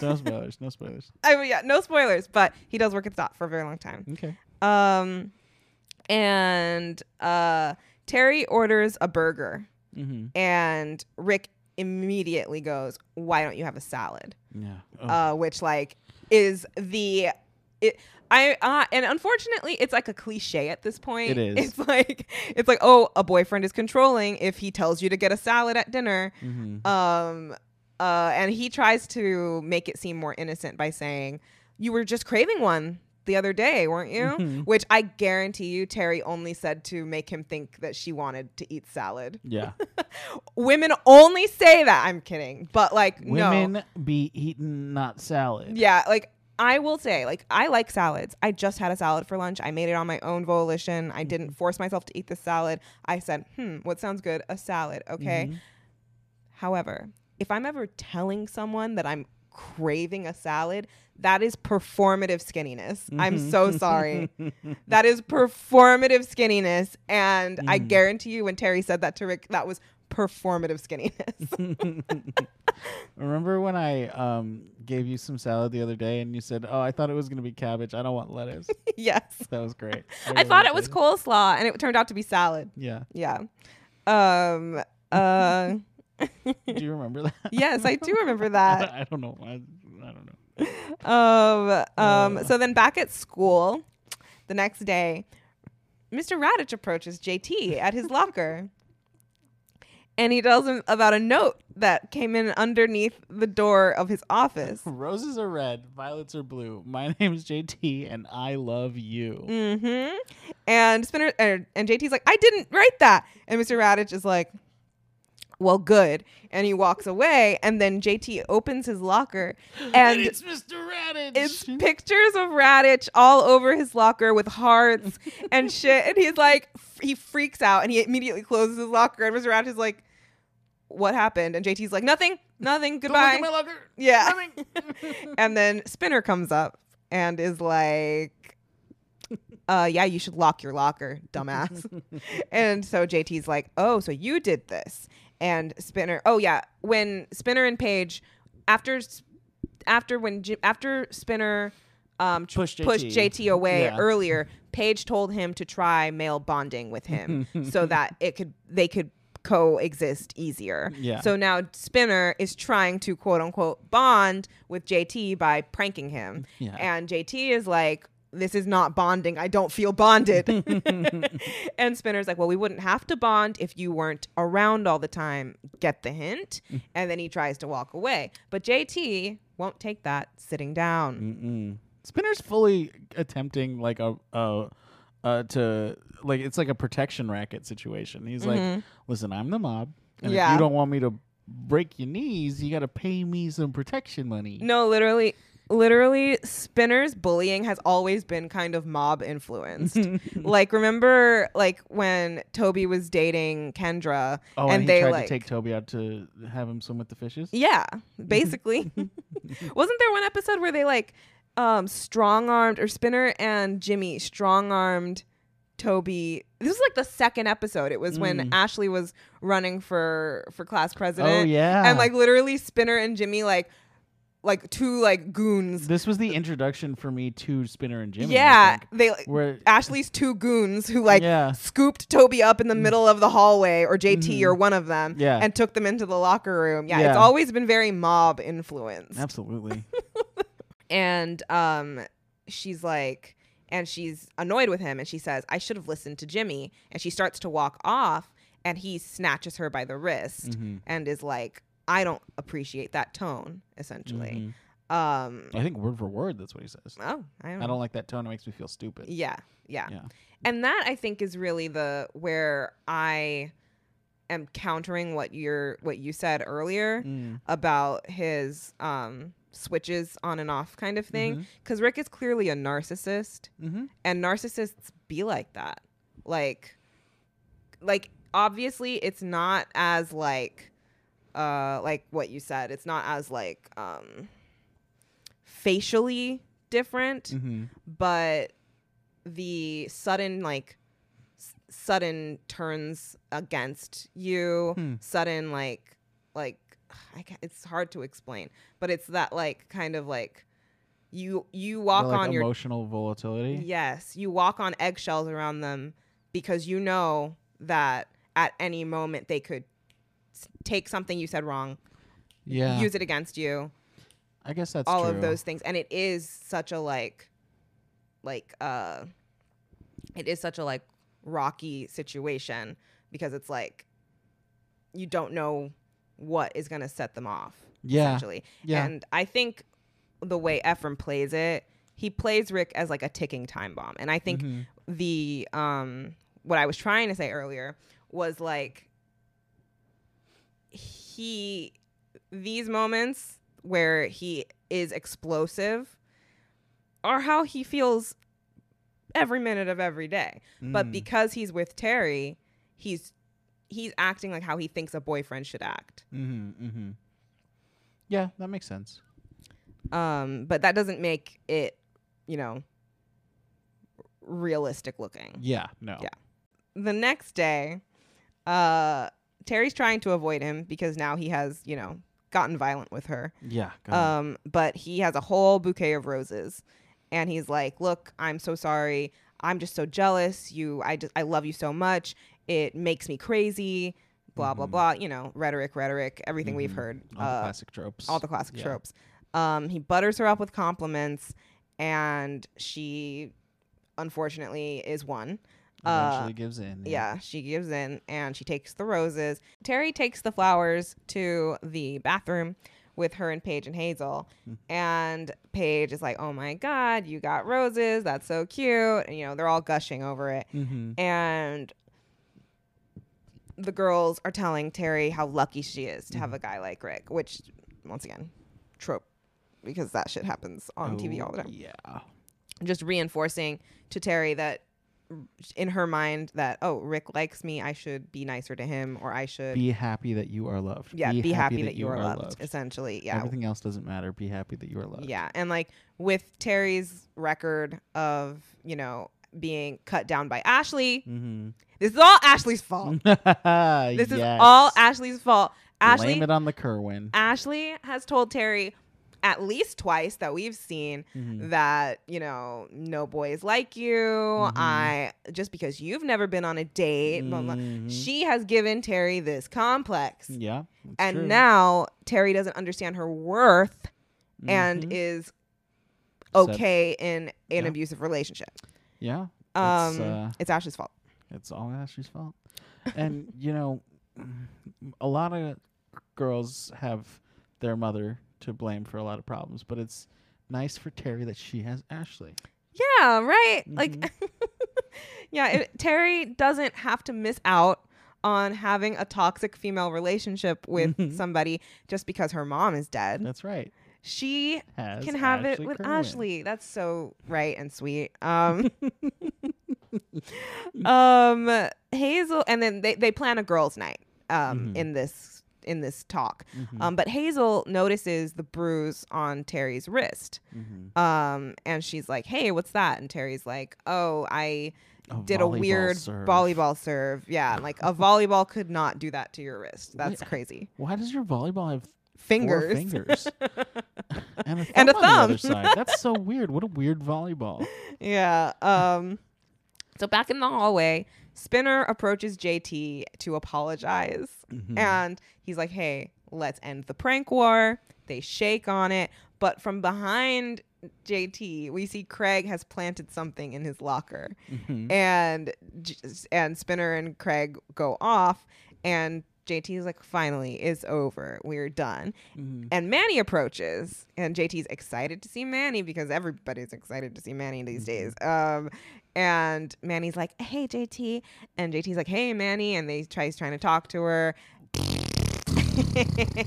A: No spoilers. No spoilers.
B: I mean, yeah, no spoilers, but he does work at the dot for a very long time.
A: Okay.
B: Um, and uh, Terry orders a burger,
A: Mm-hmm.
B: and Rick immediately goes, "Why don't you have a salad?"
A: Yeah. Oh,
B: Uh, which like is the it. I uh, and unfortunately, it's like a cliche at this point.
A: It is.
B: It's like it's like oh, a boyfriend is controlling if he tells you to get a salad at dinner.
A: mm-hmm.
B: Um, uh, and he tries to make it seem more innocent by saying, "You were just craving one the other day, weren't you?"
A: Mm-hmm.
B: Which I guarantee you, Terry only said to make him think that she wanted to eat salad.
A: yeah.
B: Women only say that. I'm kidding, but like no,
A: Women be eaten, not salad.
B: yeah, like I will say, like I like salads. I just had a salad for lunch. I made it on my own volition. I didn't force myself to eat the salad. I said, "Hmm, what sounds good? A salad, okay." However, if I'm ever telling someone that I'm craving a salad, that is performative skinniness. I'm so sorry. that is performative skinniness, and I guarantee you, when Terry said that to Rick, that was performative skinniness.
A: Remember when I um gave you some salad the other day and you said, "Oh, I thought it was gonna be cabbage. I don't want lettuce."
B: yes.
A: that was great.
B: I
A: really
B: thought it was
A: did.
B: coleslaw and it turned out to be salad.
A: Yeah.
B: Yeah. Um uh
A: Do you remember that?
B: yes, I do remember that.
A: I don't know. I, I don't know.
B: Um um so then back at school the next day, Mr. Radich approaches JT at his locker. And he tells him about a note that came in underneath the door of his office.
A: Roses are red, violets are blue. My name is JT, and I love you.
B: Mm-hmm. And Spinner er, and JT's like, I didn't write that. And Mr. Radich is like, well, good. And he walks away. And then JT opens his locker and
A: it's Mr. Raditz.
B: it's pictures of Radich all over his locker with hearts and shit. And he's like, f- he freaks out and he immediately closes his locker. And Mr. Radich is like, what happened? And JT's like, nothing, nothing,
A: Don't look
B: goodbye.
A: at my locker.
B: yeah.
A: Nothing.
B: and then Spinner comes up and is like, uh, yeah, you should lock your locker, dumbass. and so JT's like, oh, so you did this. And Spinner, oh yeah, when Spinner and Paige, after, s- after when J- after Spinner, um, tr-
A: Pushed
B: pushed
A: JT.
B: JT away
A: Yeah.
B: earlier, Paige told him to try male bonding with him so that it could they could coexist easier.
A: Yeah.
B: So now Spinner is trying to quote unquote bond with JT by pranking him.
A: Yeah.
B: And JT is like, this is not bonding. I don't feel bonded. and Spinner's like, well, we wouldn't have to bond if you weren't around all the time. Get the hint.
A: Mm.
B: and then he tries to walk away. But JT won't take that sitting
A: Mm-mm.
B: down.
A: Spinner's fully attempting like a, a uh, to like it's like a protection racket situation. He's like, listen, I'm the mob, and if
B: Mm-hmm. Yeah.
A: you don't want me to break your knees, you got to pay me some protection money.
B: No, literally, literally, Spinner's bullying has always been kind of mob influenced. like, remember, like when Toby was dating Kendra,
A: Oh, and,
B: and,
A: he
B: they
A: tried
B: like,
A: to take Toby out to have him swim with the fishes.
B: yeah, basically, wasn't there one episode where they like um strong armed or Spinner and Jimmy strong armed Toby? This was like the second episode. It was when
A: Mm.
B: Ashley was running for for class president.
A: Oh, yeah.
B: and like literally Spinner and Jimmy like like two like goons
A: This was the introduction for me to Spinner and Jimmy. I
B: yeah,
A: think,
B: they like,
A: where
B: Ashley's two goons who like
A: Yeah. Mm.
B: scooped Toby up in the middle of the hallway or JT or one of them
A: Mm-hmm. Yeah.
B: and took them into the locker room. Yeah,
A: Yeah.
B: it's always been very mob influenced.
A: absolutely.
B: And um she's like and she's annoyed with him and she says, "I should have listened to Jimmy." And she starts to walk off and he snatches her by the wrist
A: Mm-hmm.
B: and is like, "I don't appreciate that tone," essentially. Um
A: Mm-hmm. I think word for word, that's what he says.
B: oh, I don't,
A: I don't like that tone. It makes me feel stupid.
B: Yeah, yeah.
A: Yeah.
B: And that I think is really the where I am countering what you're what you said earlier
A: Mm.
B: about his um switches on and off kind of thing cuz Rick is clearly a narcissist
A: Mm-hmm.
B: and narcissists be like that. Like like obviously it's not as like uh like what you said. It's not as like um facially different
A: Mm-hmm.
B: but the sudden like s- sudden turns against you
A: Hmm.
B: sudden like like I can it's hard to explain but it's that like kind of like you you walk
A: like,
B: on your
A: emotional volatility.
B: yes you walk on eggshells around them because you know that at any moment they could s- take something you said wrong
A: Yeah,
B: use it against you
A: I guess that's
B: all of
A: true.
B: those things and it is such a like like uh it is such a like rocky situation because it's like you don't know what is going to set them off
A: Yeah,
B: essentially
A: yeah.
B: and i think the way ephraim plays it he plays rick as like a ticking time bomb and i think
A: Mhm.
B: the um what I was trying to say earlier was like he these moments where he is explosive are how he feels every minute of every day. But
A: Mm.
B: because he's with Terry, he's he's acting like how he thinks a boyfriend should act.
A: Mm-hmm, mm-hmm. Yeah, that makes sense.
B: Um but that doesn't make it, you know, realistic looking.
A: Yeah, no.
B: Yeah. the next day, uh, Terry's trying to avoid him because now he has, you know, gotten violent with her.
A: Yeah. go on.
B: Um, but he has a whole bouquet of roses, and he's like, "Look, I'm so sorry. I'm just so jealous. You, I just, I love you so much. It makes me crazy. Blah blah blah. You know, rhetoric, rhetoric. Everything we've heard.
A: Mm-hmm. all the
B: uh,
A: classic tropes.
B: all the classic
A: Yeah.
B: tropes. Um, he butters her up with compliments, and she, unfortunately, is one. Uh,
A: Eventually gives in.
B: yeah, she gives in and she takes the roses. Terry takes the flowers to the bathroom with her and Paige and Hazel. And Paige is like, oh my God, you got roses. That's so cute. And, you know, they're all gushing over it.
A: Mm-hmm.
B: And the girls are telling Terry how lucky she is to have a guy like Rick, which, once again, trope because that shit happens on TV all
A: Oh,
B: the time.
A: Yeah.
B: Just reinforcing to Terry that in her mind that oh Rick likes me, I should be nicer to him, or I should
A: Be happy that you are loved.
B: yeah be, happy, that, you are loved, essentially yeah
A: Everything else doesn't matter. Be happy that you are loved.
B: yeah and like with Terry's record of you know being cut down by Ashley,
A: Mm-hmm.
B: this is all Ashley's fault. This is all Ashley's fault. Ashley
A: Blame it on the Kerwin.
B: Ashley has told Terry at least twice that we've seen
A: Mm-hmm.
B: that, you know, no boys like you.
A: Mm-hmm.
B: I just because you've never been on a date, blah, blah.
A: Mm-hmm.
B: she has given Terry this complex.
A: Yeah. that's
B: and
A: Mm, true.
B: now Terry doesn't understand her worth
A: Mm-hmm.
B: and is
A: Upset.
B: okay in an
A: Yeah.
B: abusive relationship.
A: Yeah.
B: Um,
A: It's, uh,
B: it's Ashley's fault.
A: it's all Ashley's fault. And, you know, a lot of girls have their mother to blame for a lot of problems, but it's nice for Terry that she has Ashley.
B: Yeah, right. Like,
A: Mm-hmm.
B: yeah, it, Terry doesn't have to miss out on having a toxic female relationship with somebody just because her mom is dead.
A: That's right.
B: She
A: Has
B: can have
A: Ashley
B: it with
A: Kerwin.
B: Ashley. That's so right and sweet. Um, um, Hazel, and then they, they plan a girls' night um,
A: Mm-hmm.
B: in this in this talk. Um, but Hazel notices the bruise on Terry's wrist,
A: Mm-hmm.
B: um, and she's like, "Hey, what's that?" And Terry's like, "Oh, I."
A: A
B: Did a
A: volleyball
B: weird
A: serve.
B: volleyball serve. Yeah. Like a volleyball could not do that to your wrist. That's crazy.
A: Why does your volleyball have
B: Fingers.
A: four fingers and a thumb?
B: And a
A: On the other
B: thumb.
A: side? That's so weird. What a weird volleyball.
B: Yeah. Um, so back in the hallway, Spinner approaches JT to apologize.
A: Mm-hmm.
B: And he's like, hey, let's end the prank war. They shake on it. But from behind JT, we see Craig has planted something in his locker.
A: Mm-hmm.
B: And J- and Spinner and Craig go off. And JT is like, finally, it's over. We're done.
A: Mm-hmm.
B: And Manny approaches, and JT's excited to see Manny because everybody's excited to see Manny these days. Um, and Manny's like, "Hey, JT," and JT's like, "Hey, Manny," and they tries trying to talk to her,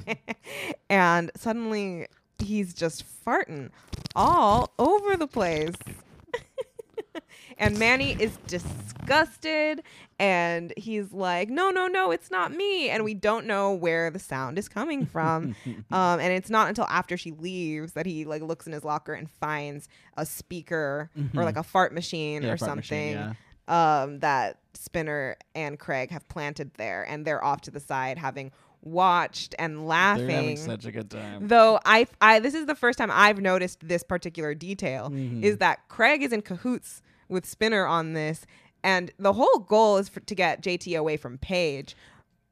B: and suddenly he's just farting all over the place. And Manny is disgusted and he's like, no, no, no, it's not me. And we don't know where the sound is coming from. um, and it's not until after she leaves that he like looks in his locker and finds a speaker or like a fart machine
A: Yeah,
B: or
A: fart
B: something
A: machine, yeah.
B: um, that Spinner and Craig have planted there. And they're off to the side having watched and laughing
A: They're having such a good time.
B: though I, I this is the first time i've noticed this particular detail
A: Mm-hmm.
B: is that craig is in cahoots with spinner on this and the whole goal is for, to get jt away from paige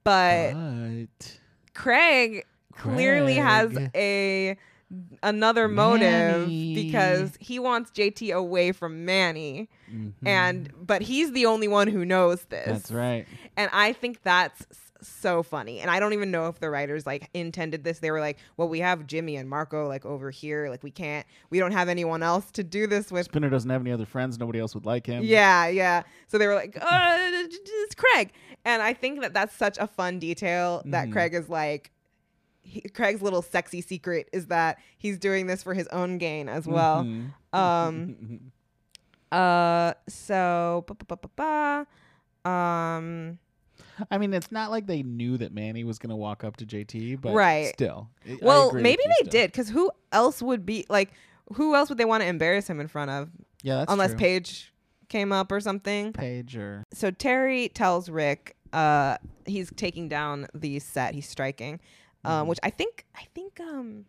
B: but
A: But
B: craig clearly has
A: Uh-huh. Craig.
B: a another motive
A: Manny.
B: because he wants jt away from manny and but he's the only one who knows this
A: mm-hmm. that's right.
B: and I think that's s- so funny. And I don't even know if the writers like intended this. They were like, well, we have Jimmy and Marco like over here. Like we can't, we don't have anyone else to do this with.
A: Spinner doesn't have any other friends. Nobody else would like him.
B: Yeah, yeah. So they were like, uh, it's Craig. And I think that that's such a fun detail
A: Mm-hmm.
B: that Craig is like, he, Craig's little sexy secret is that he's doing this for his own gain as
A: Mm-hmm.
B: well. Um, uh, so, ba, ba, ba, ba, ba. um,
A: I mean, it's not like they knew that Manny was going to walk up to JT, but
B: Right.
A: still. I- I
B: Well,
A: agree with
B: maybe
A: you
B: they
A: still.
B: did because who else would be like, who else would they want to embarrass him in front of
A: Yeah, that's
B: unless
A: true.
B: Paige came up or something?
A: Paige or
B: So Terry tells Rick uh, he's taking down the set, he's striking,
A: Mm-hmm.
B: um, which I think, I think, um,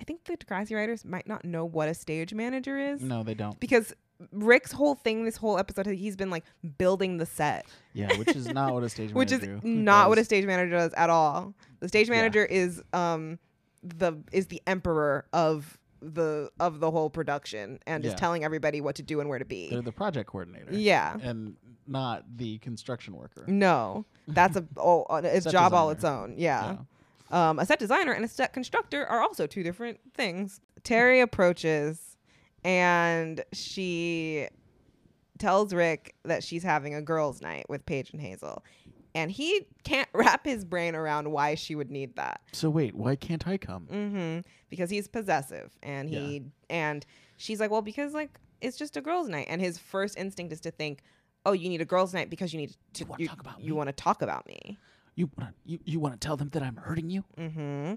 B: I think the Degrassi writers might not know what a stage manager is
A: no, they don't.
B: because Rick's whole thing, this whole episode, he's been like building the set
A: Yeah, which is not what a stage
B: which is
A: manager do.
B: not what a
A: does.
B: stage manager does at all. The stage
A: Yeah.
B: manager is um the is the emperor of the of the whole production and
A: Yeah.
B: is telling everybody what to do and where to be.
A: They're the project coordinator.
B: yeah.
A: and not the construction worker.
B: No. That's a oh, uh, it's
A: Set
B: job all its
A: designer.
B: own. Yeah. Um, a set designer and a set constructor are also two different things. Terry approaches and she tells Rick that she's having a girls' night with Paige and Hazel. and he can't wrap his brain around why she would need that
A: So wait, why can't I come?
B: hmm because he's possessive and he
A: Yeah.
B: and she's like well because like it's just a girls night and his first instinct is to think oh you need a girls night because you need to
A: wanna talk about
B: you want to talk about me
A: You want to you, you want to tell them that I'm hurting you?
B: mm-hmm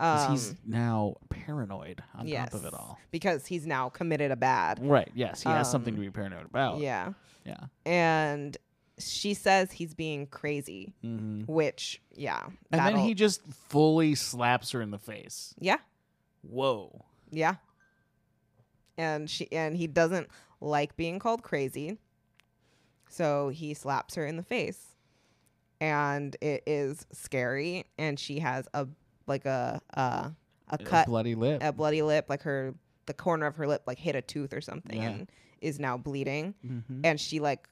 A: 'Cause he's
B: Um,
A: now paranoid on top of it all.
B: because he's now committed a bad
A: Right. Yes, he has something to be paranoid about.
B: Um, yeah
A: Yeah.
B: and she says he's being crazy
A: hmm
B: which yeah
A: And then
B: that'll-
A: he just fully slaps her in the face.
B: yeah
A: Whoa.
B: Yeah. And she and he doesn't like being called crazy. So he slaps her in the face. And it is scary and she has a like a uh, a
A: A
B: cut,
A: bloody lip.
B: a bloody lip like her the corner of her lip like hit a tooth or something
A: Yeah.
B: and is now bleeding
A: hmm
B: and she like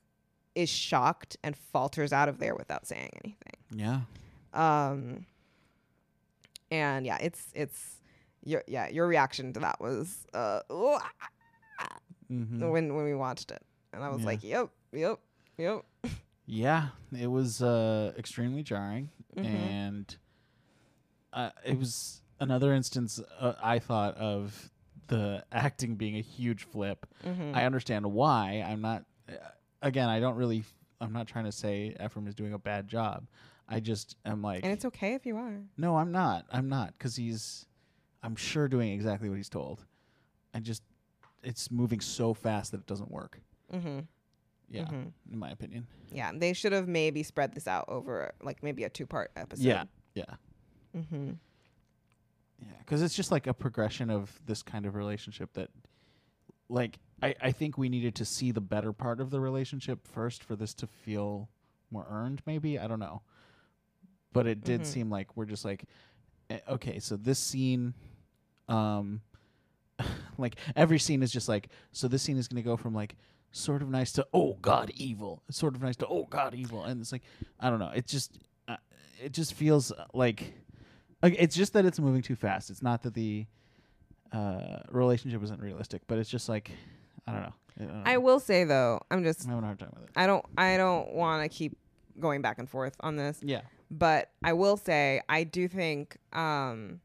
B: is shocked and falters out of there without saying anything
A: Yeah.
B: um and yeah it's it's your yeah your reaction to that was uh "Ooh, ah,"
A: hmm
B: when when we watched it and i was
A: Yeah.
B: like yep yep yep
A: Yeah, it was uh, extremely jarring,
B: Mhm.
A: and uh, it was another instance uh, I thought of the acting being a huge flip.
B: mm-hmm. Mm.
A: I understand why. I'm not. Uh, again, I don't really. I'm not trying to say Ephraim is doing a bad job. I just am like,
B: and it's okay if you are
A: no, I'm not. I'm not because he's. I'm sure doing exactly what he's told. I just, it's moving so fast that it doesn't work.
B: mm-hmm.
A: Yeah,
B: Mhm.
A: in my opinion.
B: yeah they should have maybe spread this out over like maybe a two-part episode
A: Yeah, yeah. Um,
B: mm-hmm.
A: Yeah, because it's just like a progression of this kind of relationship that, like, I, I think we needed to see the better part of the relationship first for this to feel more earned, maybe. I don't know. But it did
B: Mhm.
A: seem like we're just like, eh, okay, so this scene, um, like, every scene is just like, so this scene is going to go from like, sort of nice to oh god evil sort of nice to oh god evil and it's like i don't know it just uh, it just feels uh, like like, it's just that it's moving too fast. It's not that the uh, relationship isn't realistic, but it's just like I don't know. I don't know.
B: i will say though i'm just
A: I'm having a hard time with it.
B: i don't i don't want to keep going back and forth on this
A: Yeah.
B: but I will say I do think um,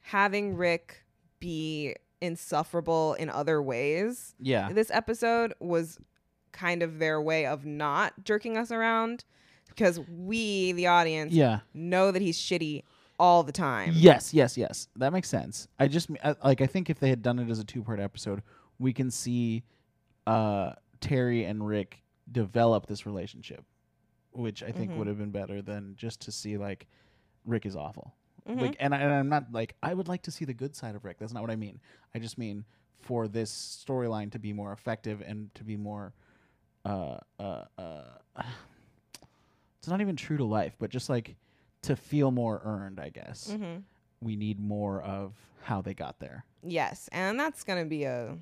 B: having Rick be insufferable in other ways
A: Yeah.
B: this episode was kind of their way of not jerking us around because we the audience
A: Yeah.
B: know that he's shitty all the time
A: Yes. Yes. Yes. That makes sense. I just I, like I think if they had done it as a two part episode, we can see uh, Terry and Rick develop this relationship, which I think
B: Mhm.
A: would have been better than just to see like Rick is awful.
B: Mhm.
A: Like, and, I, and I'm not like I would like to see the good side of Rick. That's not what I mean. I just mean for this storyline to be more effective and to be more, uh, uh, uh, it's not even true to life, but just like to feel more earned. I guess
B: Mhm.
A: we need more of how they got there.
B: yes and that's gonna be a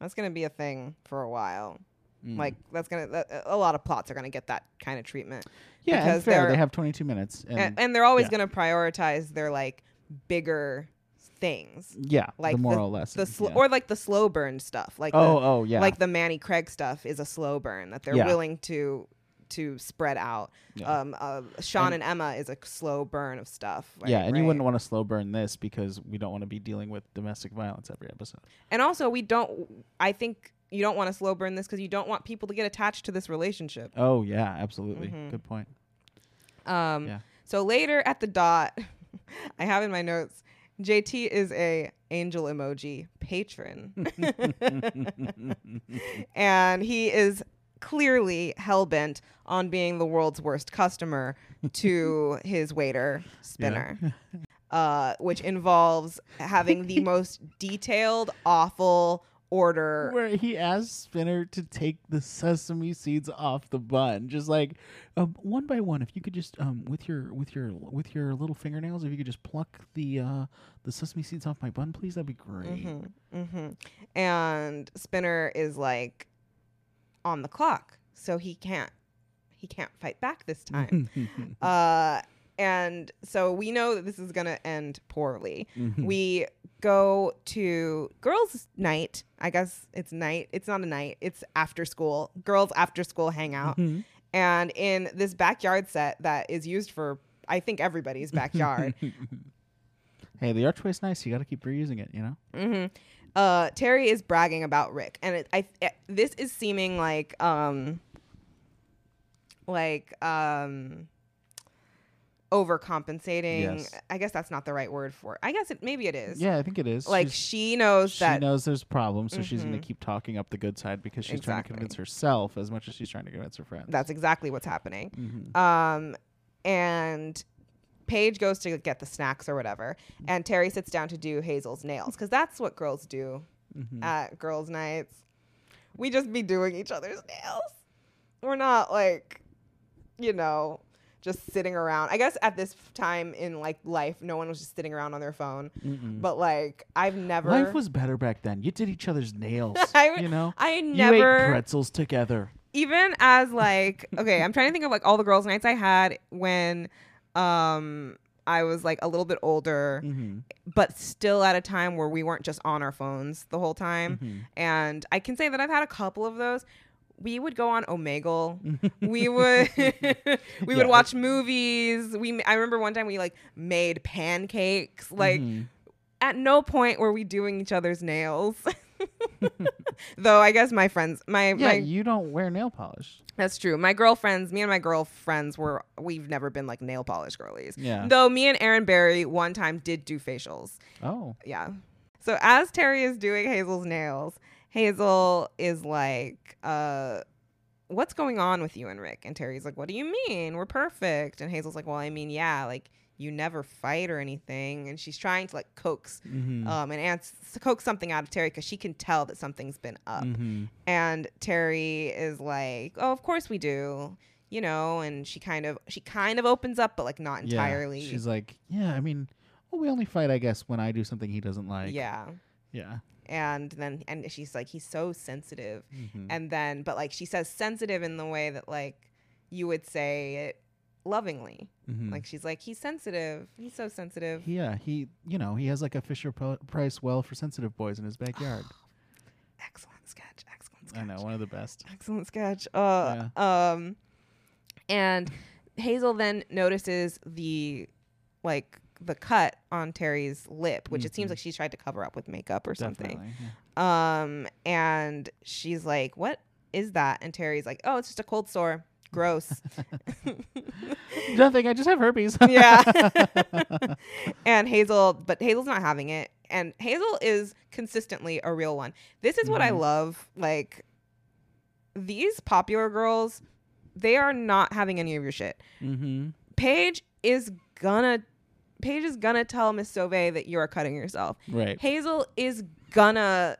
B: that's gonna be a thing for a while
A: Mm.
B: like that's gonna that, a lot of plots are gonna get that kind of treatment
A: yeah, and
B: because
A: fair.
B: they're-
A: They have 22 minutes, and,
B: and, and they're always
A: yeah.
B: going to prioritize their like bigger things
A: yeah,
B: like
A: the
B: the-
A: moral lesson.
B: the sl-
A: yeah.
B: or like the slow burn stuff like
A: oh,
B: the,
A: oh, yeah,
B: like the manny craig stuff is a slow burn that they're
A: Yeah.
B: willing to to spread out
A: Yeah.
B: um uh, sean and, emma is a slow burn of stuff like,
A: yeah, and you
B: right?
A: wouldn't want to slow burn this because we don't want to be dealing with domestic violence every episode.
B: and also we don't i think you don't want to slow burn this because you don't want people to get attached to this relationship
A: Oh yeah, absolutely.
B: Mm-hmm.
A: Good point.
B: Um,
A: Yeah.
B: So later at the dot, I have in my notes, JT is a angel emoji patron, and he is clearly hell bent on being the world's worst customer to his waiter spinner. Uh, which involves having the most detailed, awful order
A: Where he asks Spinner to take the sesame seeds off the bun, just like um, one by one. If you could just um, with your with your with your little fingernails, if you could just pluck the uh, the sesame seeds off my bun, please, that'd be great.
B: hmm And Spinner is like on the clock, so he can't he can't fight back this time. uh, And so we know that this is going to end poorly.
A: Hmm.
B: We go to girls' night. I guess it's night. It's not a night, it's after school, girls' after school
A: Mm-hmm.
B: hangout. And in this backyard set that is used for, I think, everybody's backyard,
A: Hey, the archway's nice. You got to keep reusing it, you know?
B: uh, Terry is bragging about Rick, and it, I eh, this is seeming like um like um overcompensating.
A: Yes.
B: I guess that's not the right word for. It. I guess it maybe it is.
A: Yeah, I think it is.
B: Like
A: She's-
B: she knows
A: she
B: that Mm-hmm.
A: knows there's problems, so she's going to keep talking up the good side because she's trying to
B: Exactly.
A: convince herself as much as she's trying to convince her friends. Mm-hmm,
B: that's exactly what's happening. Um, and Paige goes to get the snacks or whatever, and Terry sits down to do Hazel's nails because that's what girls do
A: mm-hmm,
B: at girls' nights. We just be doing each other's nails. We're not like, you know, just sitting around. I guess at this time in like life, no one was just sitting around on their phone. But like, I've never.
A: Mm-hmm. Life was better back then. You did each other's nails.
B: I,
A: you know,
B: I
A: you
B: never
A: ate pretzels together.
B: even as like okay i'm trying to think of like all the girls nights i had when um i was like a little bit older
A: Mm-hmm.
B: but still at a time where we weren't just on our phones the whole time
A: Mm-hmm.
B: and i can say that i've had a couple of those we would go on Omegle. we would we
A: Yeah.
B: would watch movies. We I remember one time we like made pancakes. Like
A: Mm-hmm.
B: at no point were we doing each other's nails. Though I guess my friends, my
A: Yeah,
B: my
A: you don't wear nail polish.
B: that's true. My girlfriends, me and my girlfriends were we've never been like nail polish girlies.
A: Yeah.
B: Though me and Aaron Barry one time did do facials.
A: Oh,
B: Yeah. So as Terry is doing Hazel's nails, Hazel is like, uh, what's going on with you and Rick? And Terry's like, What do you mean? We're perfect. And Hazel's like, Well, I mean, yeah, like you never fight or anything. And she's trying to like coax
A: Mm. Mm-hmm,
B: um and ans- coax something out of Terry because she can tell that something's been up.
A: Mm. mm-hmm.
B: And Terry is like, Oh, of course we do. You know, and she kind of she kind of opens up, but like not
A: yeah.
B: entirely.
A: She's like, yeah. I mean, well, we only fight, I guess, when I do something he doesn't like.
B: yeah.
A: Yeah.
B: and then and she's like he's so sensitive
A: Mm-hmm, Mm.
B: and then but like she says sensitive in the way that like you would say it lovingly
A: Mhm.
B: like she's like he's sensitive he's so sensitive
A: Yeah, he, you know, he has like a Fisher Pro- Price well for sensitive boys in his
B: Oh,
A: backyard.
B: excellent sketch excellent sketch
A: I know, one of the best.
B: excellent sketch uh um and hazel then notices the like the cut on terry's lip which
A: Mm-hmm.
B: it seems like she tried to cover up with makeup or something
A: Definitely. yeah.
B: Um, and she's like, "What is that?" And Terry's like, "Oh, it's just a cold sore. Gross."
A: Nothing. I just have herpes.
B: yeah. and Hazel, but Hazel's not having it. And Hazel is consistently a real one. This is what I love. Like these popular girls, they are not having any of your shit.
A: mm-hmm.
B: Paige is gonna Paige is gonna tell Miss Sauvé that you are cutting yourself.
A: Right.
B: Hazel is gonna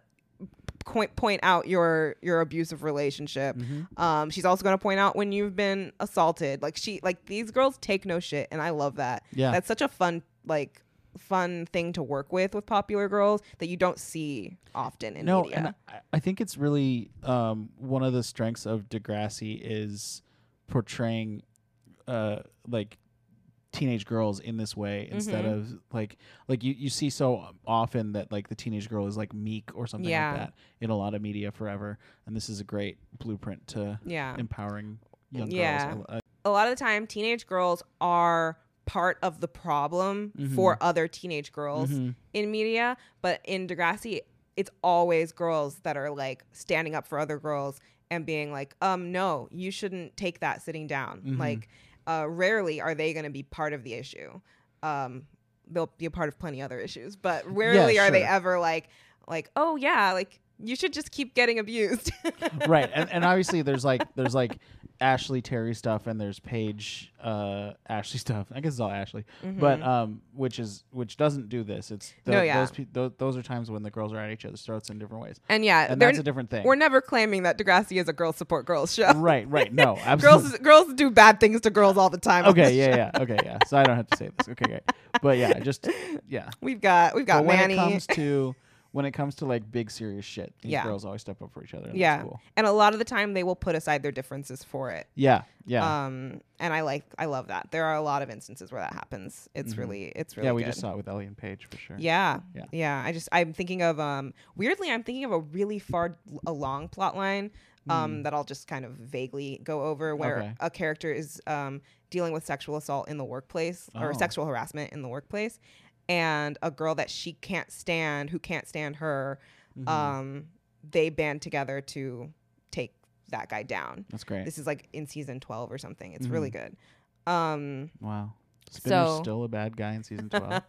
B: coi- point out your your abusive relationship.
A: Mm-hmm.
B: Um, she's also gonna point out when you've been assaulted. Like she like these girls take no shit, and I love that.
A: Yeah.
B: that's such a fun like fun thing to work with with popular girls that you don't see often in
A: no,
B: media.
A: and I, I think it's really um, one of the strengths of Degrassi is portraying uh, like teenage girls in this way
B: Mm-hmm.
A: instead of like like you you see so often that like the teenage girl is like meek or something
B: Yeah.
A: like that in a lot of media forever, and this is a great blueprint to
B: Yeah.
A: empowering young
B: Uh, Yeah.
A: girls. uh, I- I-
B: a lot of the time teenage girls are part of the problem
A: Mm-hmm.
B: for other teenage girls in media but in degrassi it's always girls that are like standing up for other girls and being like um no you shouldn't take that sitting down
A: Mm-hmm.
B: like uh, rarely are they going to be part of the issue um they'll be a part of plenty other issues but rarely are they
A: sure.
B: ever like like oh yeah like you should just keep getting abused
A: right and, and obviously there's like there's like ashley terry stuff and there's paige uh ashley stuff i guess it's all ashley but um which is which doesn't do this it's
B: Mm-hmm. No, yeah.
A: those, pe- tho- those are times when the girls are at each other's throats in different ways
B: and yeah
A: and
B: they're-
A: that's a different thing
B: we're never claiming that degrassi is a girl support girls show
A: right right no absolutely
B: girls girls do bad things to girls all the time.
A: okay yeah yeah okay yeah so i don't have to say this okay great. but yeah just yeah
B: We've got we've got
A: but when
B: Manny.
A: it comes to when it comes to like big serious shit, these
B: Yeah.
A: girls always step up for each other. and that's
B: yeah.
A: cool.
B: And a lot of the time they will put aside their differences for it.
A: Yeah. Yeah.
B: Um, and I like I love that. There are a lot of instances where that happens. It's really it's really
A: Mm-hmm. yeah. We
B: good.
A: just saw it with Ellie and Paige for sure.
B: Yeah.
A: Yeah.
B: yeah. I just I'm thinking of um weirdly I'm thinking of a really far along plot line um that I'll just kind of vaguely go over where
A: Mm. Okay.
B: a character is um dealing with sexual assault in the workplace
A: Oh.
B: or sexual harassment in the workplace and a girl that she can't stand who can't stand her
A: Mm-hmm.
B: um they band together to take that guy down.
A: That's great.
B: This is like in season 12 or something. It's really good. Um
A: wow. Spinner's
B: So-
A: still a bad guy in season twelve.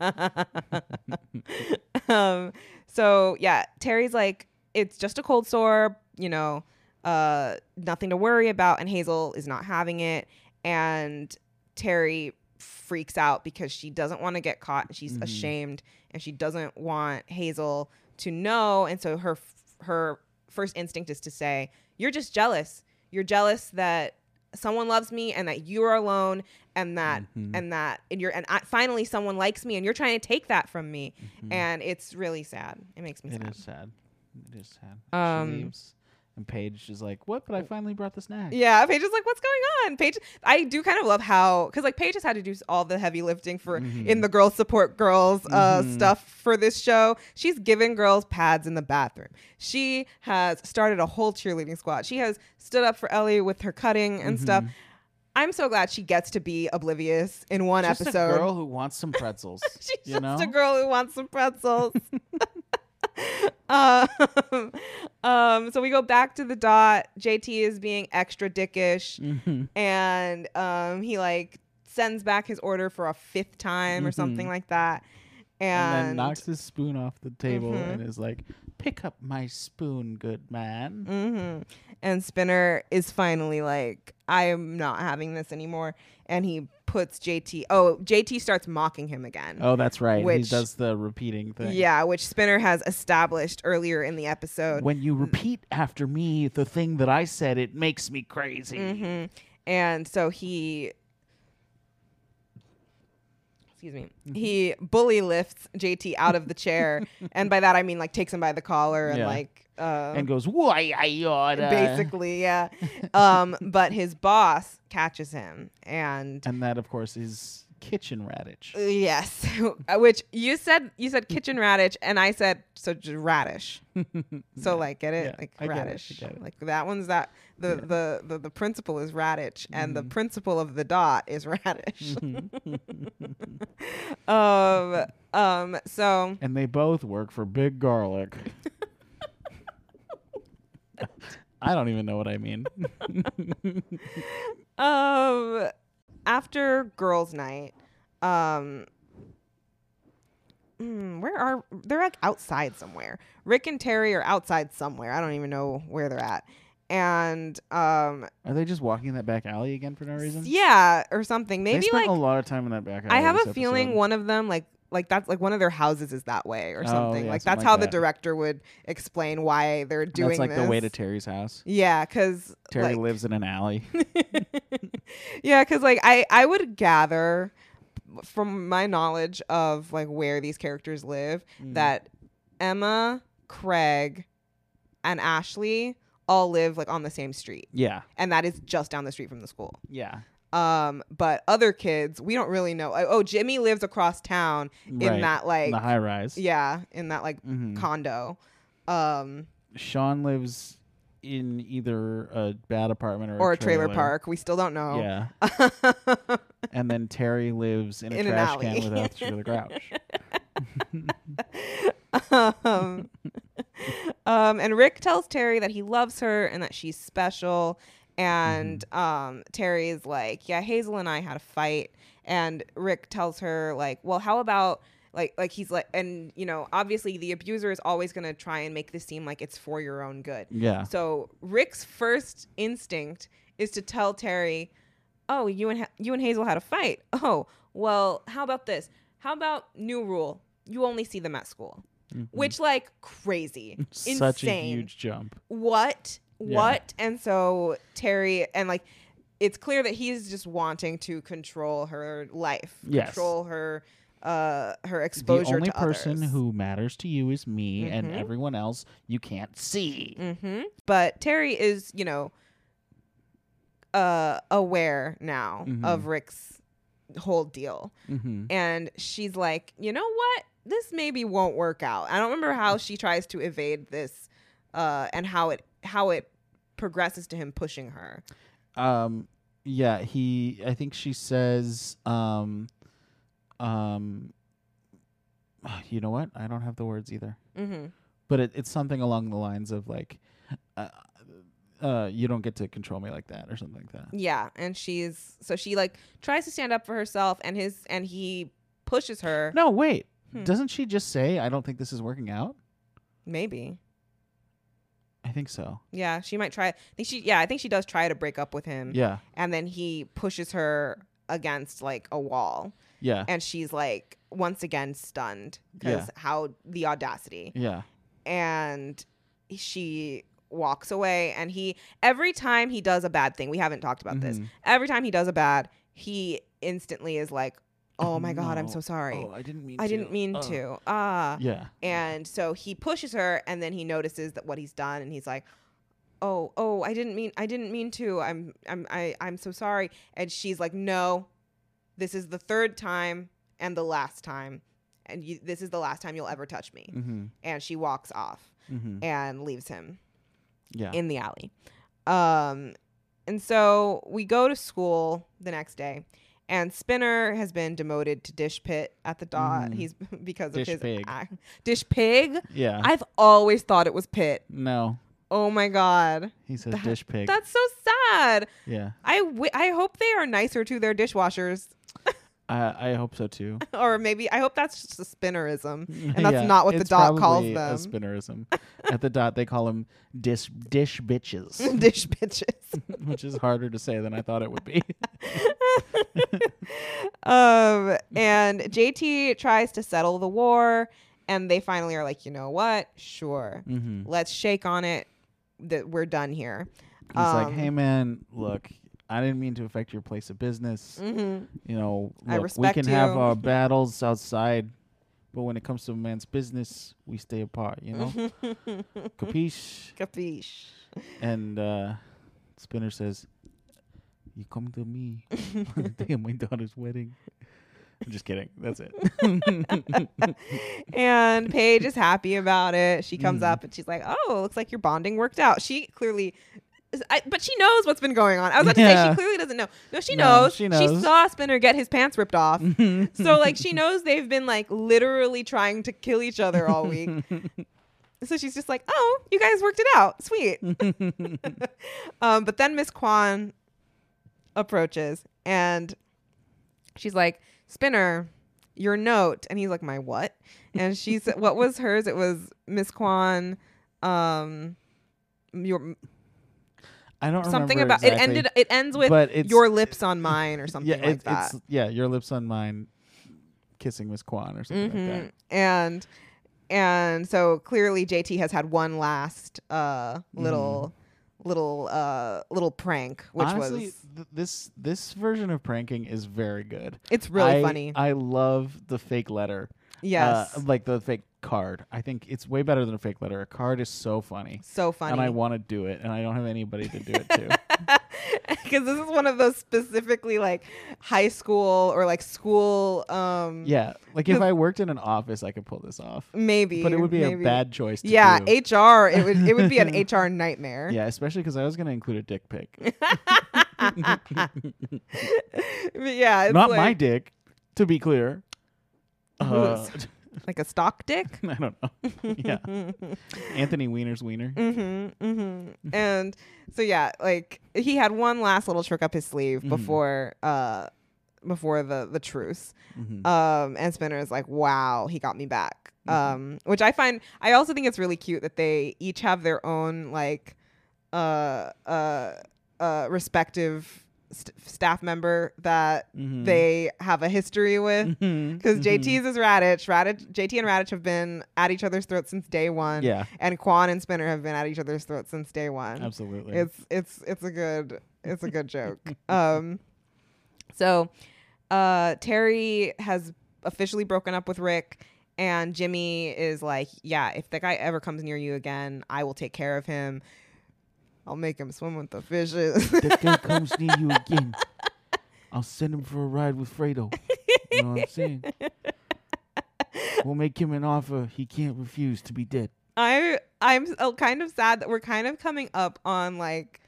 B: um, so yeah, Terry's like, it's just a cold sore, you know, uh, nothing to worry about. And Hazel is not having it. And Terry freaks out because she doesn't want to get caught. She's ashamed and she doesn't want Hazel to know. And so her, f- her first instinct is to say, you're just jealous. You're jealous that someone loves me and that you are alone and that
A: Mm. Mm-hmm,
B: and that and you're and I, finally someone likes me and you're trying to take that from me and it's really sad it makes me
A: mm-hmm. Mm. It
B: sad
A: is sad. It is sad.
B: Um,
A: she leaves, and Paige is like, "What? But I finally brought the snack."
B: yeah paige is like what's going on paige i do kind of love how because like paige has had to do s- all the heavy lifting for
A: Mm-hmm.
B: in the girls support girls uh, stuff for this show she's given girls pads in the bathroom she has started a whole cheerleading squad she has stood up for ellie with her cutting and stuff i'm so glad she gets to be oblivious in one
A: Mm-hmm. Just
B: episode
A: a girl who wants some pretzels.
B: She's
A: you know?
B: just a girl who wants some pretzels. um, um, so we go back to the dot. JT is being extra dickish,
A: Mm-hmm.
B: and um, he like sends back his order for a fifth time or something like that.
A: Mm-hmm. and, then
B: And, Mm-hmm.
A: knocks his spoon off the table and is like, "Pick up my spoon, good man."
B: Mhm. and Spinner is finally like, I am not having this anymore. And he puts JT. Oh, JT starts mocking him again.
A: Oh, that's right. he
B: Which-
A: does the repeating thing.
B: yeah, which Spinner has established earlier in the episode.
A: When you repeat after me the thing that I said, it makes me crazy.
B: Mhm. And so he, excuse me,
A: Mm-hmm.
B: he bully lifts JT out of the chair, and by that I mean like takes him by the collar and
A: Yeah.
B: like, uh,
A: And uh, goes, "Why I order?"
B: basically, yeah. um, but his boss catches him, and
A: And that, of course, is kitchen radish.
B: uh, yes, which you said you said kitchen radish, and I said so j- radish. So like, get it
A: Yeah,
B: like
A: I get it, I
B: radish,
A: get it.
B: like that one's that the the, the the principle is radish, and the
A: Mm-hmm.
B: principle of the dot is radish.
A: Mm-hmm.
B: um um so
A: and they both work for Big Garlic. I don't even know what I mean.
B: um after girls night um mm, where are they're like outside somewhere rick and terry are outside somewhere i don't even know where they're at and um
A: Are they just walking that back alley again for no reason?
B: yeah or something
A: they
B: maybe
A: spent
B: like
A: a lot of time in that back alley.
B: I have
A: this
B: a feeling
A: episode.
B: one of them like like that's like one of their houses is that way or
A: Oh,
B: something.
A: yeah, something
B: like that's
A: like
B: how
A: that.
B: the director would explain why they're doing
A: That's like
B: this.
A: the way to Terry's house.
B: yeah, because
A: Terry
B: like,
A: lives in an alley.
B: yeah, because like I I would gather from my knowledge of like where these characters live
A: Mm.
B: that Emma, Craig, and Ashley all live like on the same street,
A: yeah.
B: and that is just down the street from the school.
A: Yeah.
B: Um, but other kids, we don't really know. Oh, Jimmy lives across town in
A: Right.
B: that
A: In
B: like
A: the Mm. high rise. Mm-hmm.
B: yeah, in that like condo. Um,
A: Sean lives in either a bad apartment or,
B: or
A: a
B: a trailer park. oh. We still don't know.
A: Yeah. and then Terry lives in a
B: In an
A: trash
B: alley.
A: can with Esther the Grouch.
B: um, um, and Rick tells Terry that he loves her and that she's special. And um, Terry is like, "Yeah, Hazel and I had a fight." And Rick tells her like, "Well, how about like like he's like, and you know, obviously the abuser is always gonna try and make this seem like it's for your own good."
A: Yeah.
B: So Rick's first instinct is to tell Terry, "Oh, you and ha- you and Hazel had a fight. Oh, well, how about this? How about new rule? You only see them at school." Which like crazy.
A: Such a
B: insane.
A: huge jump.
B: what?
A: Yeah.
B: What? And so Terry and like it's clear that he's just wanting to control her life,
A: Yes.
B: control her uh, her exposure
A: the only
B: to
A: person
B: others. Mm-hmm.
A: who matters to you is me, and everyone else you can't see.
B: hmm But Terry is, you know, uh, aware now of Rick's whole deal.
A: Mm-hmm.
B: And she's like, you know what? This maybe won't work out. I don't remember how she tries to evade this uh, and how it how it progresses to him pushing her.
A: Um, yeah, he. I think she says, um, um, you know what? I don't have the words either,
B: hmm
A: but it, it's something along the lines of like, uh, uh, you don't get to control me like that, or something like that.
B: Yeah, and she's so she like tries to stand up for herself, and his and he pushes her. Hmm.
A: No, wait. Doesn't she just say, "I don't think this is working out"?
B: Maybe.
A: I think so.
B: Yeah, she might try. I think she. Yeah, I think she does try to break up with him.
A: Yeah,
B: and then he pushes her against like a wall
A: yeah,
B: and she's like once again stunned because
A: Yeah.
B: how the audacity
A: yeah.
B: and she walks away and he every time he does a bad thing we haven't talked about this
A: Mhm.
B: every time he does a bad he instantly is like oh my god i'm
A: no. Oh,
B: so sorry
A: I didn't mean.
B: i didn't mean
A: Oh.
B: to ah
A: Yeah.
B: and so he pushes her and then he notices that what he's done and he's like, "Oh, oh, I didn't mean I didn't mean to. I'm I'm I I'm so sorry." And she's like, "No. This is the third time and the last time. And you, this is the last time you'll ever touch me."
A: Mm-hmm.
B: And she walks off
A: Mm-hmm.
B: and leaves him
A: Yeah.
B: in the alley. Um, and so we go to school the next day, and Spinner has been demoted to dish pit at the dot.
A: Mhm.
B: He's because
A: Dish
B: of his
A: pig. Uh-huh.
B: ac- dish pig.
A: yeah.
B: I've always thought it was pit.
A: no.
B: Oh my god,
A: He says
B: That-
A: dish pig.
B: that's so sad.
A: Yeah.
B: I, w- I hope they are nicer to their dishwashers,
A: I I hope so too.
B: or maybe I hope that's just a spinnerism, and that's
A: Yeah,
B: not what the
A: it's
B: dot calls
A: probably
B: them.
A: A spinnerism. At the dot, they call them dish dish bitches,
B: dish bitches.
A: which is harder to say than I thought it would be.
B: um, and JT tries to settle the war, and they finally are like, you know what? Sure,
A: mm-hmm.
B: let's shake on it. That we're done here.
A: He's
B: Um,
A: like, hey man, look. I didn't mean to affect your place of business.
B: mhm.
A: You know,
B: I
A: look, we
B: respect
A: can have
B: you."
A: our battles outside, but when it comes to a man's business, we stay apart, you know? Capiche?
B: Capiche.
A: And uh, Spinner says, "You come to me on the day of my daughter's wedding." I'm just kidding. That's it.
B: and Paige is happy about it. She comes
A: Mhm.
B: up and she's like, "Oh, looks like your bonding worked out." She clearly, is- I, but she knows what's been going on. I was about to say
A: Yeah.
B: she clearly doesn't know. No, she
A: No,
B: knows.
A: she
B: She
A: knows.
B: saw Spinner get his pants ripped off, so like she knows they've been like literally trying to kill each other all week. so she's just like, "Oh, you guys worked it out. Sweet." um, but then Miss Kwan approaches and she's like, Spinner, your note. And he's like, My what? And she said, What was hers? It was Miss Kwan. Um, your
A: I don't
B: something
A: remember
B: about it
A: exactly.
B: ended. It ends with
A: but it's-
B: your lips on mine or something
A: Yeah,
B: like
A: it-
B: that.
A: it's yeah. Your lips on mine, kissing Miss Kwan or something like
B: Mhm.
A: that.
B: And and so clearly JT has had one last uh little little uh little prank, which
A: Mm. Honestly,
B: was
A: th- this this version of pranking is very good.
B: it's really
A: I-
B: funny.
A: I love the fake letter.
B: yes,
A: uh, like the fake card. I think it's way better than a fake letter. A card is so funny.
B: so funny.
A: And I want to do it, and I don't have anybody to do it to.
B: because this is one of those specifically like high school or like school um
A: Yeah, like if I worked in an office, I could pull this off,
B: maybe
A: but it would be
B: maybe.
A: a bad choice. To
B: yeah
A: do.
B: hr it would it would be an hr nightmare
A: yeah, especially because I was gonna include a dick pic,
B: But yeah it's
A: not
B: like,
A: my dick, to be clear. Uh,
B: Who's- like a stock dick
A: I don't know. yeah, Anthony Weiner's wiener.
B: mm-hmm, mm-hmm. and so yeah like he had one last little trick up his sleeve before uh before the the truce
A: Mhm.
B: um and spinner is like wow he got me back um which i find i also think it's really cute that they each have their own like uh uh uh respective st- staff member that
A: Mhm.
B: they have a history with
A: Mhm.
B: because JT's is Radich. Radich, JT and Radich have been at each other's throats since day one.
A: Yeah.
B: and Quan and Spinner have been at each other's throats since day one.
A: Absolutely.
B: It's it's it's a good it's a good joke. Um, so uh, Terry has officially broken up with Rick. And Jimmy is like, yeah, if that guy ever comes near you again, I will take care of him. I'll make him swim with the fishes.
A: That guy comes near you again. I'll send him for a ride with Fredo. You know what I'm saying? We'll make him an offer he can't refuse to be dead.
B: I I'm s- uh, kind of sad that we're kind of coming up on like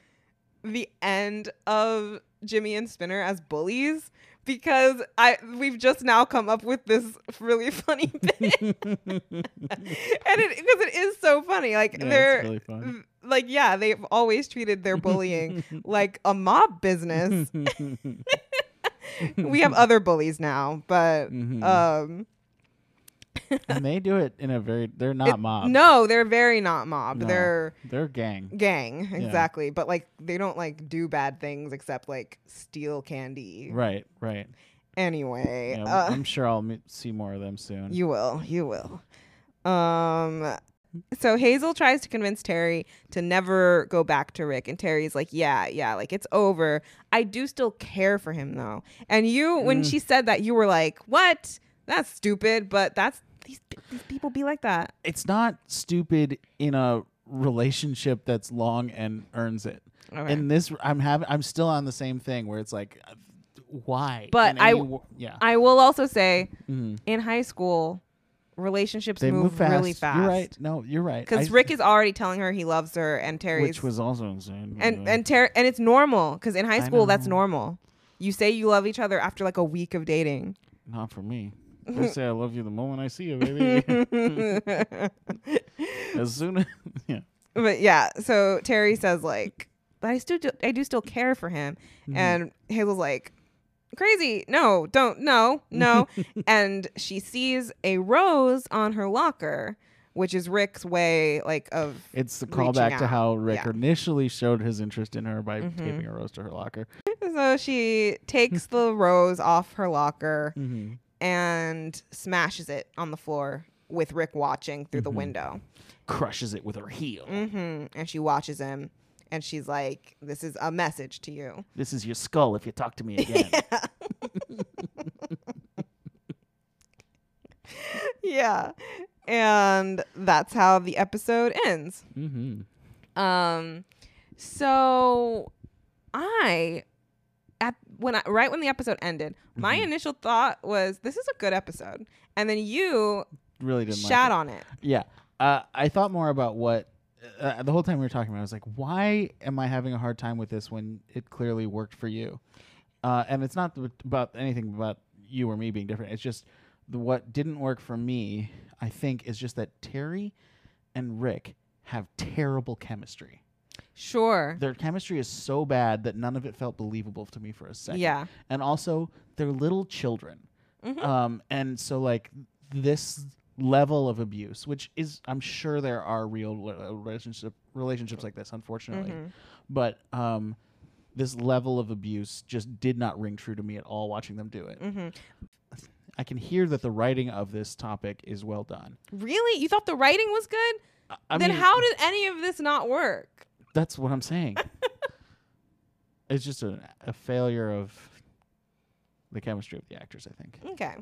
B: the end of Jimmy and Spinner as bullies because I we've just now come up with this really funny bit. and it because it is so funny. Like they're
A: fun.
B: like yeah, they've always treated their bullying like a mob business. we have other bullies now, but
A: Mhm.
B: um
A: and they do it in a very, they're not
B: it-
A: mob.
B: No, they're very not mob.
A: No.
B: They're
A: They're gang.
B: gang exactly but like they don't like do bad things except like steal candy
A: Right, right.
B: anyway
A: Yeah,
B: uh,
A: I'm sure I'll m- see more of them soon.
B: you will you will um so hazel tries to convince terry to never go back to rick and terry's like yeah yeah like it's over i do still care for him though and you when
A: Mm.
B: she said that you were like what that's stupid but that's these, these people be like that
A: it's not stupid in a relationship that's long and earns it.
B: Okay.
A: And this, I'm having, I'm still on the same thing where it's like, uh, why?
B: But
A: In
B: I-
A: any wo- yeah,
B: i will also say
A: Mhm.
B: in high school relationships
A: they
B: move,
A: move fast.
B: really fast
A: You're right. No, you're right.
B: because
A: I-
B: Rick is already telling her he loves her, and Terry's
A: which was also insane. by the
B: and
A: way.
B: and Terry and it's normal because in high
A: I
B: school that's
A: know.
B: normal. You say you love each other after like a week of dating.
A: not for me. I say I love you the moment I see you, baby. as soon as yeah,
B: But yeah, so Terry says like, but I still do, I do still care for him,
A: Mm-hmm.
B: and Hazel's like, crazy, no, don't, no, no, and she sees a rose on her locker, which is Rick's way like of
A: it's the
B: Reaching
A: callback to
B: out.
A: how Rick
B: Yeah. Mm-hmm.
A: initially showed his interest in her by taping a rose to her locker.
B: So she takes the rose off her locker
A: Mm-hmm.
B: and smashes it on the floor with Rick watching through
A: Mm-hmm.
B: the window.
A: Crushes it with her heel.
B: hmm And she watches him and she's like, This is a message to you.
A: This is your skull if you talk to me again.
B: Yeah. And that's how the episode ends.
A: mm-hmm.
B: Um, so I at when I right when the episode ended, my
A: Mm-hmm.
B: initial thought was this is a good episode. And then you
A: Really didn't like it.
B: shat on it.
A: Yeah. Uh, I thought more about what uh, the whole time we were talking about. it, I was like, why am I having a hard time with this when it clearly worked for you? Uh, and it's not th- about anything about you or me being different. It's just the, what didn't work for me, I think, is just that Terry and Rick have terrible chemistry.
B: Sure.
A: Their chemistry is so bad that none of it felt believable to me for a second.
B: Yeah. Mm-hmm.
A: And also, they're little children. Um, and so, like, this level of abuse, which is, I'm sure there are real rela- relationship relationships like this, unfortunately.
B: Mm-hmm.
A: But um, this level of abuse just did not ring true to me at all watching them do it.
B: Mm-hmm.
A: I can hear that the writing of this topic is well done.
B: Really? You thought the writing was good?
A: I- I
B: then
A: mean,
B: how did any of this not work?
A: That's what I'm saying. it's just a, a failure of the chemistry of the actors, I think.
B: Okay.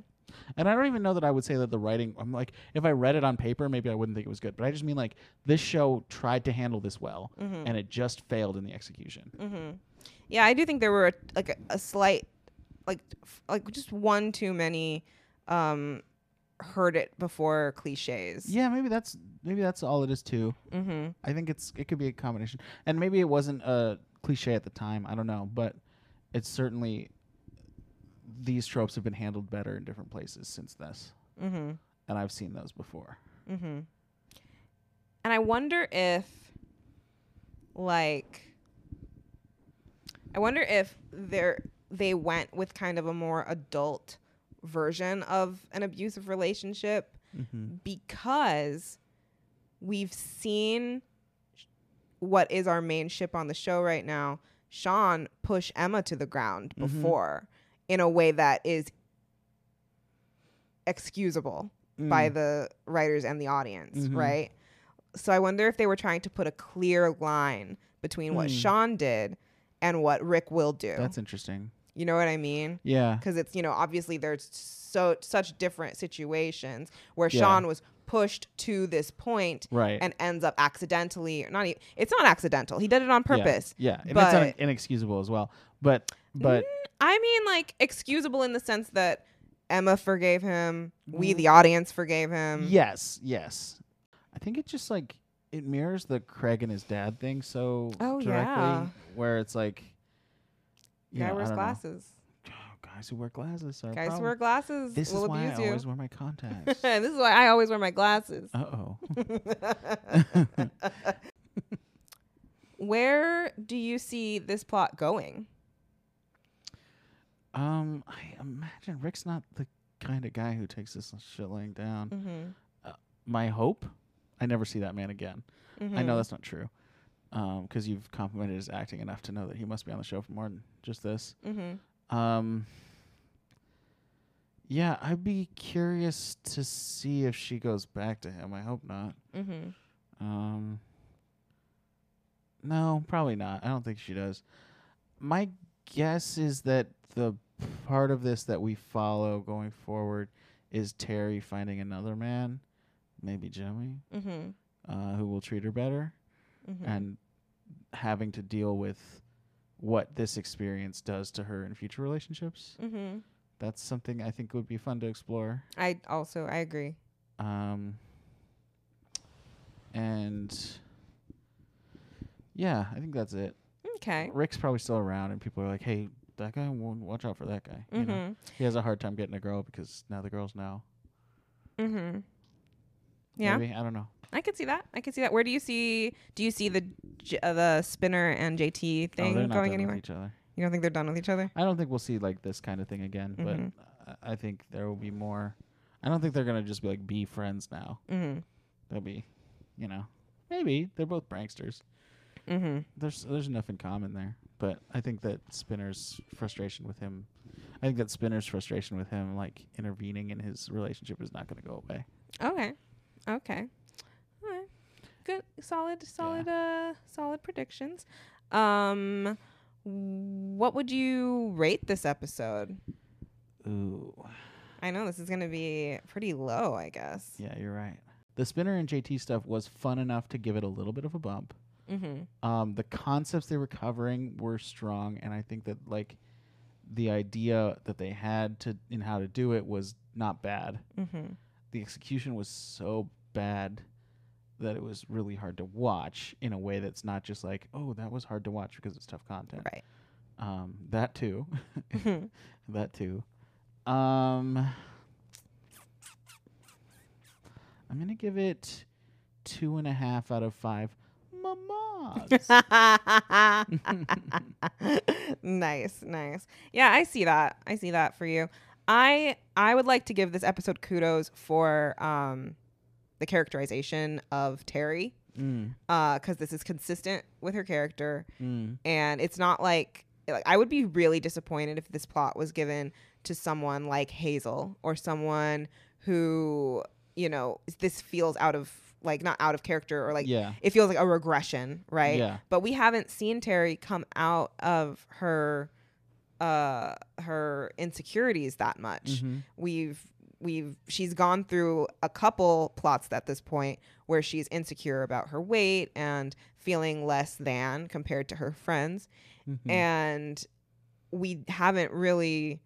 A: And I don't even know that I would say that the writing, I'm like, if I read it on paper, maybe I wouldn't think it was good. But I just mean, like, this show tried to handle this well, and it just failed in the execution.
B: Mm-hmm. Yeah, I do think there were like a, a slight, like, f- like just one too many, um, heard it before cliches.
A: Yeah, maybe that's maybe that's all it is too.
B: Mm-hmm.
A: I think it's it could be a combination, and maybe it wasn't a cliche at the time. I don't know, but it's certainly these tropes have been handled better in different places since this,
B: Mm-hmm.
A: and I've seen those before.
B: Mm-hmm. And I wonder if, like, I wonder if there they went with kind of a more adult version of an abusive relationship
A: Mm-hmm.
B: because we've seen what is our main ship on the show right now, Sean push Emma to the ground before in a way that is excusable
A: Mm.
B: by the writers and the audience,
A: Mhm.
B: right? So I wonder if they were trying to put a clear line between what
A: Mm.
B: Sean did and what Rick will do.
A: That's interesting.
B: You know what I mean?
A: Yeah.
B: because it's you know obviously there's so such different situations where
A: Yeah.
B: Sean was pushed to this point
A: Right.
B: and ends up accidentally or not e it's not accidental he did it on
A: Yeah.
B: purpose
A: Yeah. And it's
B: but-
A: un- inexcusable as well. But but
B: I mean like excusable in the sense that Emma forgave him we
A: Mm.
B: the audience forgave him
A: yes, yes. I think it just like it mirrors the Craig and his dad thing so
B: Oh,
A: directly
B: yeah.
A: where it's like you
B: guy
A: know, I
B: wears
A: don't know. Oh,
B: glasses
A: Guys who wear glasses are a
B: guys who
A: problem.
B: wear glasses
A: This
B: will
A: is why
B: abuse
A: I always
B: you
A: wear my contacts. uh
B: this is why I always wear my glasses
A: oh.
B: where do you see this plot going
A: Um, I imagine Rick's not the kind of guy who takes this shit laying down.
B: Mm. Mm-hmm.
A: Uh, my hope, I never see that man again. I
B: Hmm.
A: know that's not true, because you've complimented his acting enough to know that he must be on the show for more than just this.
B: Mhm.
A: Um, yeah, I'd be curious to see if she goes back to him. I hope not.
B: mm-hmm
A: Um, no, probably not. I don't think she does. My guess is that the part of this that we follow going forward is Terry finding another man, maybe Jimmy,
B: mm-hmm
A: uh, who will treat her better,
B: Mhm.
A: and having to deal with what this experience does to her in future relationships.
B: Mm-hmm.
A: That's something I think would be fun to explore.
B: I also I agree.
A: Um, and yeah, I think that's it.
B: Okay.
A: Rick's probably still around, and people are like, "Hey, that guy, w- watch out for that guy." You know,
B: Mm-hmm.
A: he has a hard time getting a girl because now the girls know.
B: Mm-hmm. Yeah,
A: Maybe? I don't know. Oh,
B: I could see that. I could see that. Where do you see? Do you see the J- uh, the Spinner and JT
A: Oh,
B: thing
A: they're not done
B: going
A: with
B: anywhere?
A: Each other.
B: You don't think they're done with each other?
A: I don't think we'll see like this kind of thing again.
B: Mhm.
A: But I I think there will be more. I don't think they're gonna just be like be friends now.
B: Mm-hmm.
A: They'll be, you know, maybe they're both pranksters.
B: Mm-hmm.
A: there's there's enough in common there. But I think that Spinner's frustration with him, I think that Spinner's frustration with him, like intervening in his relationship, is not going to go away.
B: Okay. Okay. All right. Good. Solid. Solid. Uh. Solid predictions. Um. What would you rate this episode?
A: Ooh,
B: I know this is gonna be pretty low, I guess.
A: yeah, you're right. The Spinner and JT stuff was fun enough to give it a little bit of a bump.
B: Mm-hmm.
A: Um, the concepts they were covering were strong, and I think that like the idea that they had to in how to do it was not bad.
B: Mm-hmm.
A: the execution was so bad that it was really hard to watch in a way that's not just like, oh, that was hard to watch because it's tough content.
B: Right.
A: Um, that too.
B: Mhm.
A: that too. Um, I'm gonna give it two and a half out of five. Mamas.
B: nice, nice. Yeah, I see that. I see that for you. I I would like to give this episode kudos for um the characterization of Terry
A: mm,
B: uh cuz this is consistent with her character
A: mm,
B: and it's not like like I would be really disappointed if this plot was given to someone like Hazel or someone who, you know, this feels out of like not out of character or like
A: yeah.
B: it feels like a regression, right?
A: Yeah.
B: But we haven't seen Terry come out of her uh her insecurities that much.
A: Mhm.
B: We've we've she's gone through a couple plots at this point where she's insecure about her weight and feeling less than compared to her friends
A: mhm.
B: and we haven't really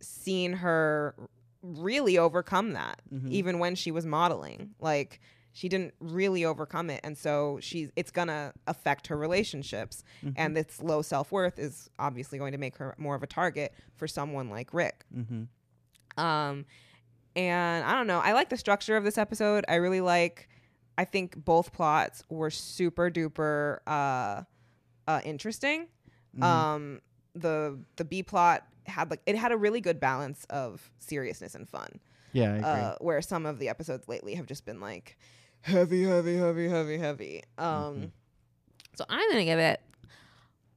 B: seen her really overcome that
A: Mhm.
B: even when she was modeling like she didn't really overcome it and so she's it's going to affect her relationships
A: Mm-hmm.
B: and this low self-worth is obviously going to make her more of a target for someone like Rick
A: Mhm.
B: um, and I don't know. I like the structure of this episode. I really like. I think both plots were super duper uh, uh, interesting.
A: Mhm.
B: Um, the the B plot had like it had a really good balance of seriousness and fun.
A: yeah, I agree.
B: Uh, where some of the episodes lately have just been like heavy, heavy, heavy, heavy, heavy. Um,
A: Mm-hmm.
B: So I'm gonna give it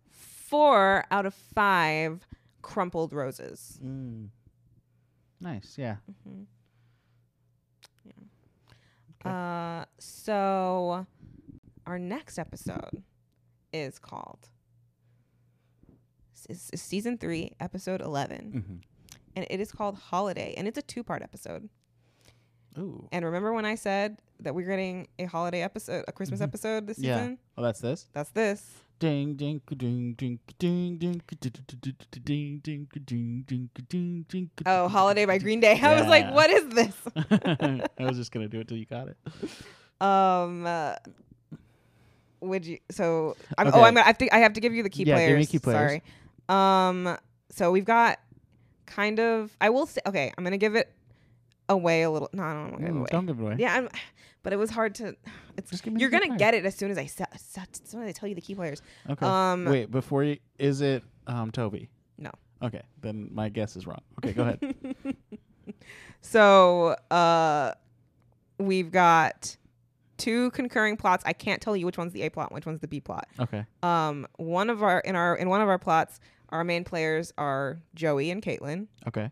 B: four out of five crumpled roses.
A: Mm. Nice. Yeah. Okay.
B: Uh, so our next episode is called s- is season three, episode 11.
A: Mm. Mm-hmm.
B: And it is called Holiday, and it's a two part episode.
A: Ooh.
B: And remember when I said that we're getting a holiday episode, a Christmas episode this
A: Mm-hmm. Yeah.
B: season?
A: Oh, that's this.
B: That's this.
A: Ding ding ka- ding ding ka- ding ding ka- ding ding ka- ding ding ka- ding ding ka- ding ding ka-
B: Oh,
A: ding-
B: Holiday by Green Day. I was like,
A: Yeah.
B: what is this?
A: I was just gonna do it till you got it.
B: Um, uh, would you? So I'm.
A: Okay.
B: Oh, I'm gonna. I think I have to give you the key
A: Yeah,
B: players.
A: give me key players.
B: Sorry. Um. So we've got kind of. I will say. Okay, I'm gonna give it away a little. No, I don't want to give it
A: Mm,
B: away.
A: Don't give it away.
B: Yeah, I'm, but it was hard to. It's
A: Just give me the
B: you're
A: key
B: gonna
A: players.
B: get it as soon as I se- se- as soon as I tell you the key players.
A: Okay.
B: Um,
A: Wait, before you, is it um Toby?
B: No.
A: Okay, then my guess is wrong. Okay, go ahead.
B: So uh, we've got two concurring plots. I can't tell you which one's the A plot, and which one's the B plot.
A: Okay.
B: Um, one of our in our in one of our plots, our main players are Joey and Caitlin,
A: Okay.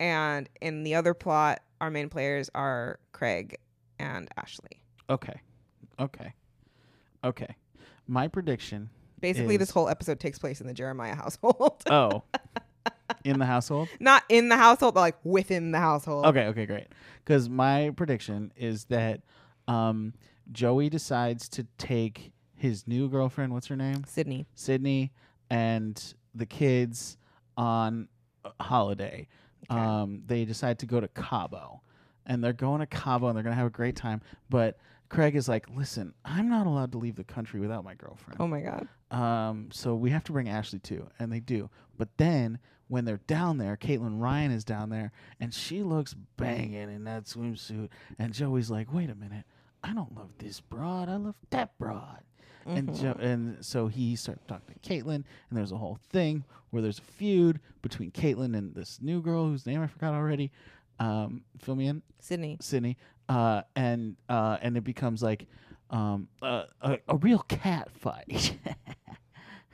B: and in the other plot, our main players are Craig and Ashley.
A: Okay. Okay. Okay. My prediction.
B: Basically, this
A: Is-
B: whole episode takes place in the Jeremiah household,
A: Oh. in the household.
B: not in the household, but like within the household.
A: Okay, okay, great. Because my prediction is that um, Joey decides to take his new girlfriend, what's her name?
B: Sydney.
A: Sydney, and the kids on a holiday.
B: Okay.
A: Um, they decide to go to Cabo. And they're going to Cabo and they're going to have a great time. But Craig is like, listen, I'm not allowed to leave the country without my girlfriend.
B: Oh my god.
A: Um, so we have to bring Ashley too, and they do. But then when they're down there, Caitlin Ryan is down there, and she looks banging in that swimsuit. And Joey's like, "Wait a minute, I don't love this broad. I love that broad." And jo- and so he starts talking to Caitlin, and there's a whole thing where there's a feud between Caitlin and this new girl whose name I forgot already. Um, fill me in.
B: Sydney.
A: Sydney, uh, and uh, and it becomes like um, a, a, a real cat fight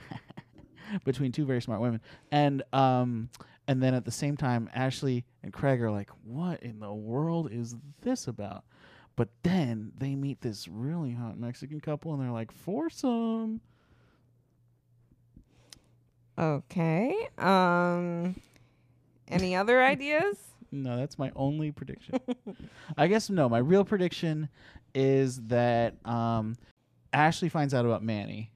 A: between two very smart women, and um, and then at the same time, Ashley and Craig are like, "What in the world is this about?" But then they meet this really hot Mexican couple, and they're like, "Foursome."
B: Okay. Um. Any other ideas?
A: No, that's my only prediction. I guess no. My real prediction is that um, Ashley finds out about Manny.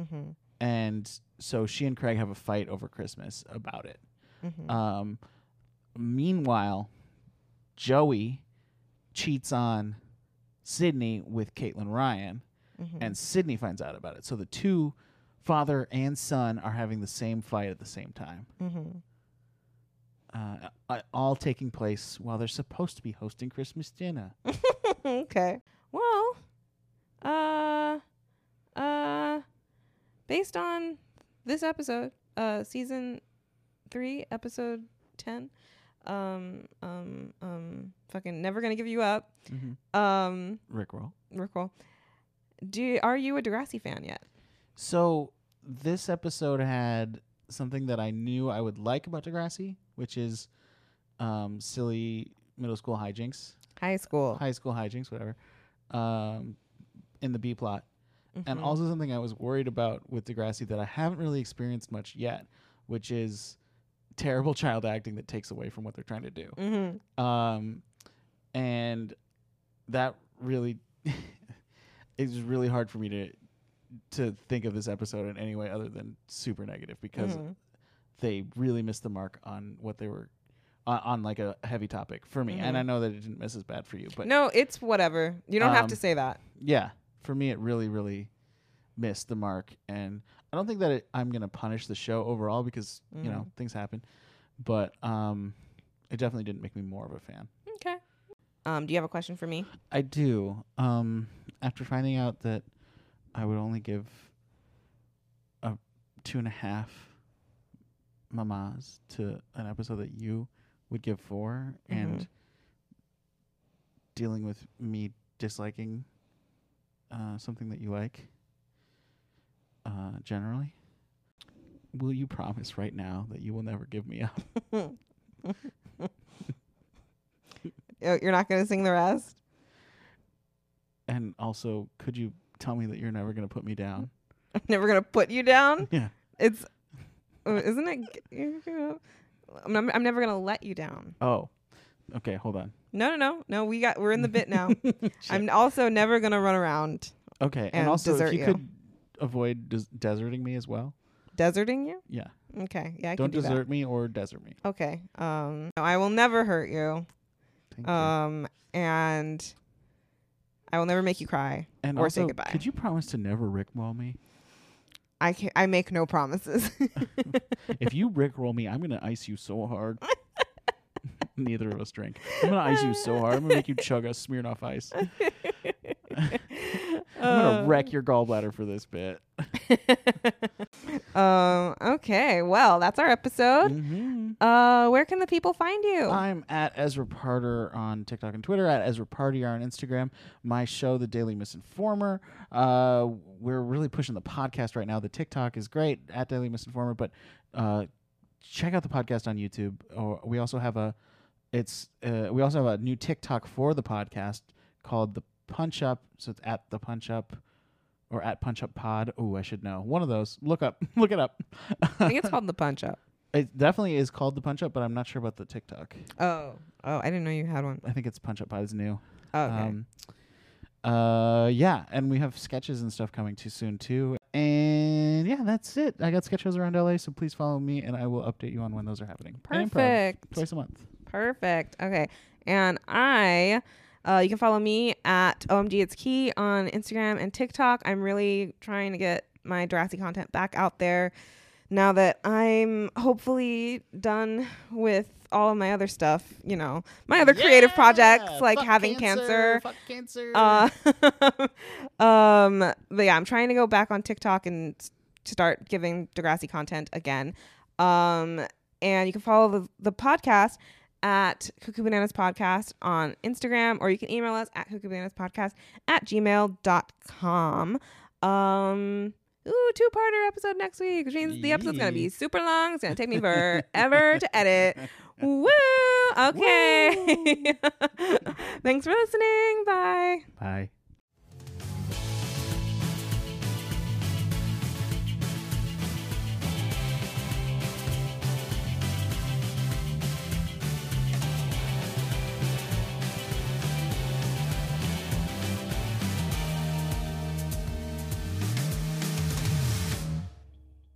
B: Mm-hmm.
A: and so she and Craig have a fight over Christmas about it.
B: Mm-hmm.
A: Um, meanwhile, Joey cheats on Sydney with Caitlin Ryan,
B: Mm-hmm. Mm.
A: and Sydney finds out about it. So the two, father and son, are having the same fight at the same time,
B: Mm-hmm.
A: uh, uh, all taking place while they're supposed to be hosting Christmas dinner.
B: okay. Well, uh, uh, based on this episode, uh, season three, episode ten, um, um, um, fucking never gonna give you up.
A: mm-hmm.
B: Um,
A: Rickroll.
B: Rickroll. Do are you a Degrassi fan yet?
A: So this episode had something that I knew I would like about Degrassi, which is um, silly middle school hijinks,
B: High school.
A: high school hijinks, whatever, um, in the B plot, and
B: Mhm.
A: also something I was worried about with Degrassi that I haven't really experienced much yet, which is terrible child acting that takes away from what they're trying to do
B: Mhm.
A: um, and that really it's really hard for me to to think of this episode in any way other than super negative because
B: Mhm.
A: they really missed the mark on what they were on, on like a heavy topic for me and i know that it didn't miss as bad for you but
B: No, it's whatever. You don't have
A: Um,
B: to say that.
A: yeah for me it really really missed the mark and i don't think that it, i'm gonna punish the show overall because you know things happen but um it definitely didn't make me more of a fan
B: Okay. Um, do you have a question for me?
A: I do. Um, after finding out that I would only give a two and a half mamas to an episode that you would give 4 and dealing with me disliking uh, something that you like uh, generally, will you promise right now that you will never give me up?
B: Oh, You're not gonna sing the rest.
A: And also, could you tell me that you're never going to put me down?
B: I'm never gonna put you down.
A: Yeah.
B: It's Uh, Isn't it? g- I'm, I'm- I'm never gonna let you down.
A: Oh, okay. Hold on.
B: No, no, no, no. We got. We're in the bit now. I'm also never gonna run around
A: Okay, and,
B: And
A: also if
B: desert
A: you,
B: you.
A: could avoid des- deserting me as well.
B: deserting you.
A: Yeah,
B: Okay. Yeah, I
A: don't
B: can do
A: desert me or desert me.
B: that. Okay. Um, no, I will never hurt you.
A: Thank you.
B: Um, and I will never make you cry
A: And
B: or
A: also,
B: say goodbye.
A: could you promise to never rickroll me?
B: I can, I make no promises.
A: if you rickroll me, I'm gonna ice you so hard. Neither of us drink. I'm gonna ice you so hard. I'm gonna make you chug a Smirnoff Ice. I'm
B: Uh.
A: gonna wreck your gallbladder for this bit.
B: um. Okay. Well, that's our episode.
A: Mhm.
B: Uh, where can the people find you?
A: I'm at Ezra Parter on TikTok and Twitter, at Ezra Partier on Instagram. My show, The Daily Misinformer. Uh, we're really pushing the podcast right now. The TikTok is great at Daily Misinformer, but uh, check out the podcast on YouTube. Or we also have a it's uh, we also have a new TikTok for the podcast called the Punch Up. So it's at the Punch Up or at Punch Up Pod. Oh, I should know one of those. Look up, look it up.
B: I think it's called the Punch Up.
A: it definitely is called the Punch Up, but I'm not sure about the TikTok.
B: Oh. Oh, I didn't know you had one.
A: I think it's Punch Up Pod is new.
B: Oh, okay.
A: Um, uh, yeah, and we have sketches and stuff coming too soon too. And yeah, that's it. I got sketch shows around LA, so please follow me, and I will update you on when those are happening. And improv,
B: Perfect.
A: Twice a month.
B: Perfect. Okay. And I, uh, you can follow me at OMG It's Key on Instagram and TikTok. I'm really trying to get my Degrassi content back out there now that I'm hopefully done with all of my other stuff, you know, my other creative projects like having cancer.
A: Fuck cancer.
B: Uh, um, but yeah, I'm trying to go back on TikTok and s- start giving Degrassi content again. Um, and you can follow the, the podcast at Cuckoo Bananas Podcast on Instagram, or you can email us at Cuckoo Bananas Podcast at gmail.com. Um, ooh, two parter episode next week, which means the episode's going to be
A: Yee.
B: super long. It's going to take me forever to edit. Woo! Okay. Thanks for listening. Bye.
A: Bye.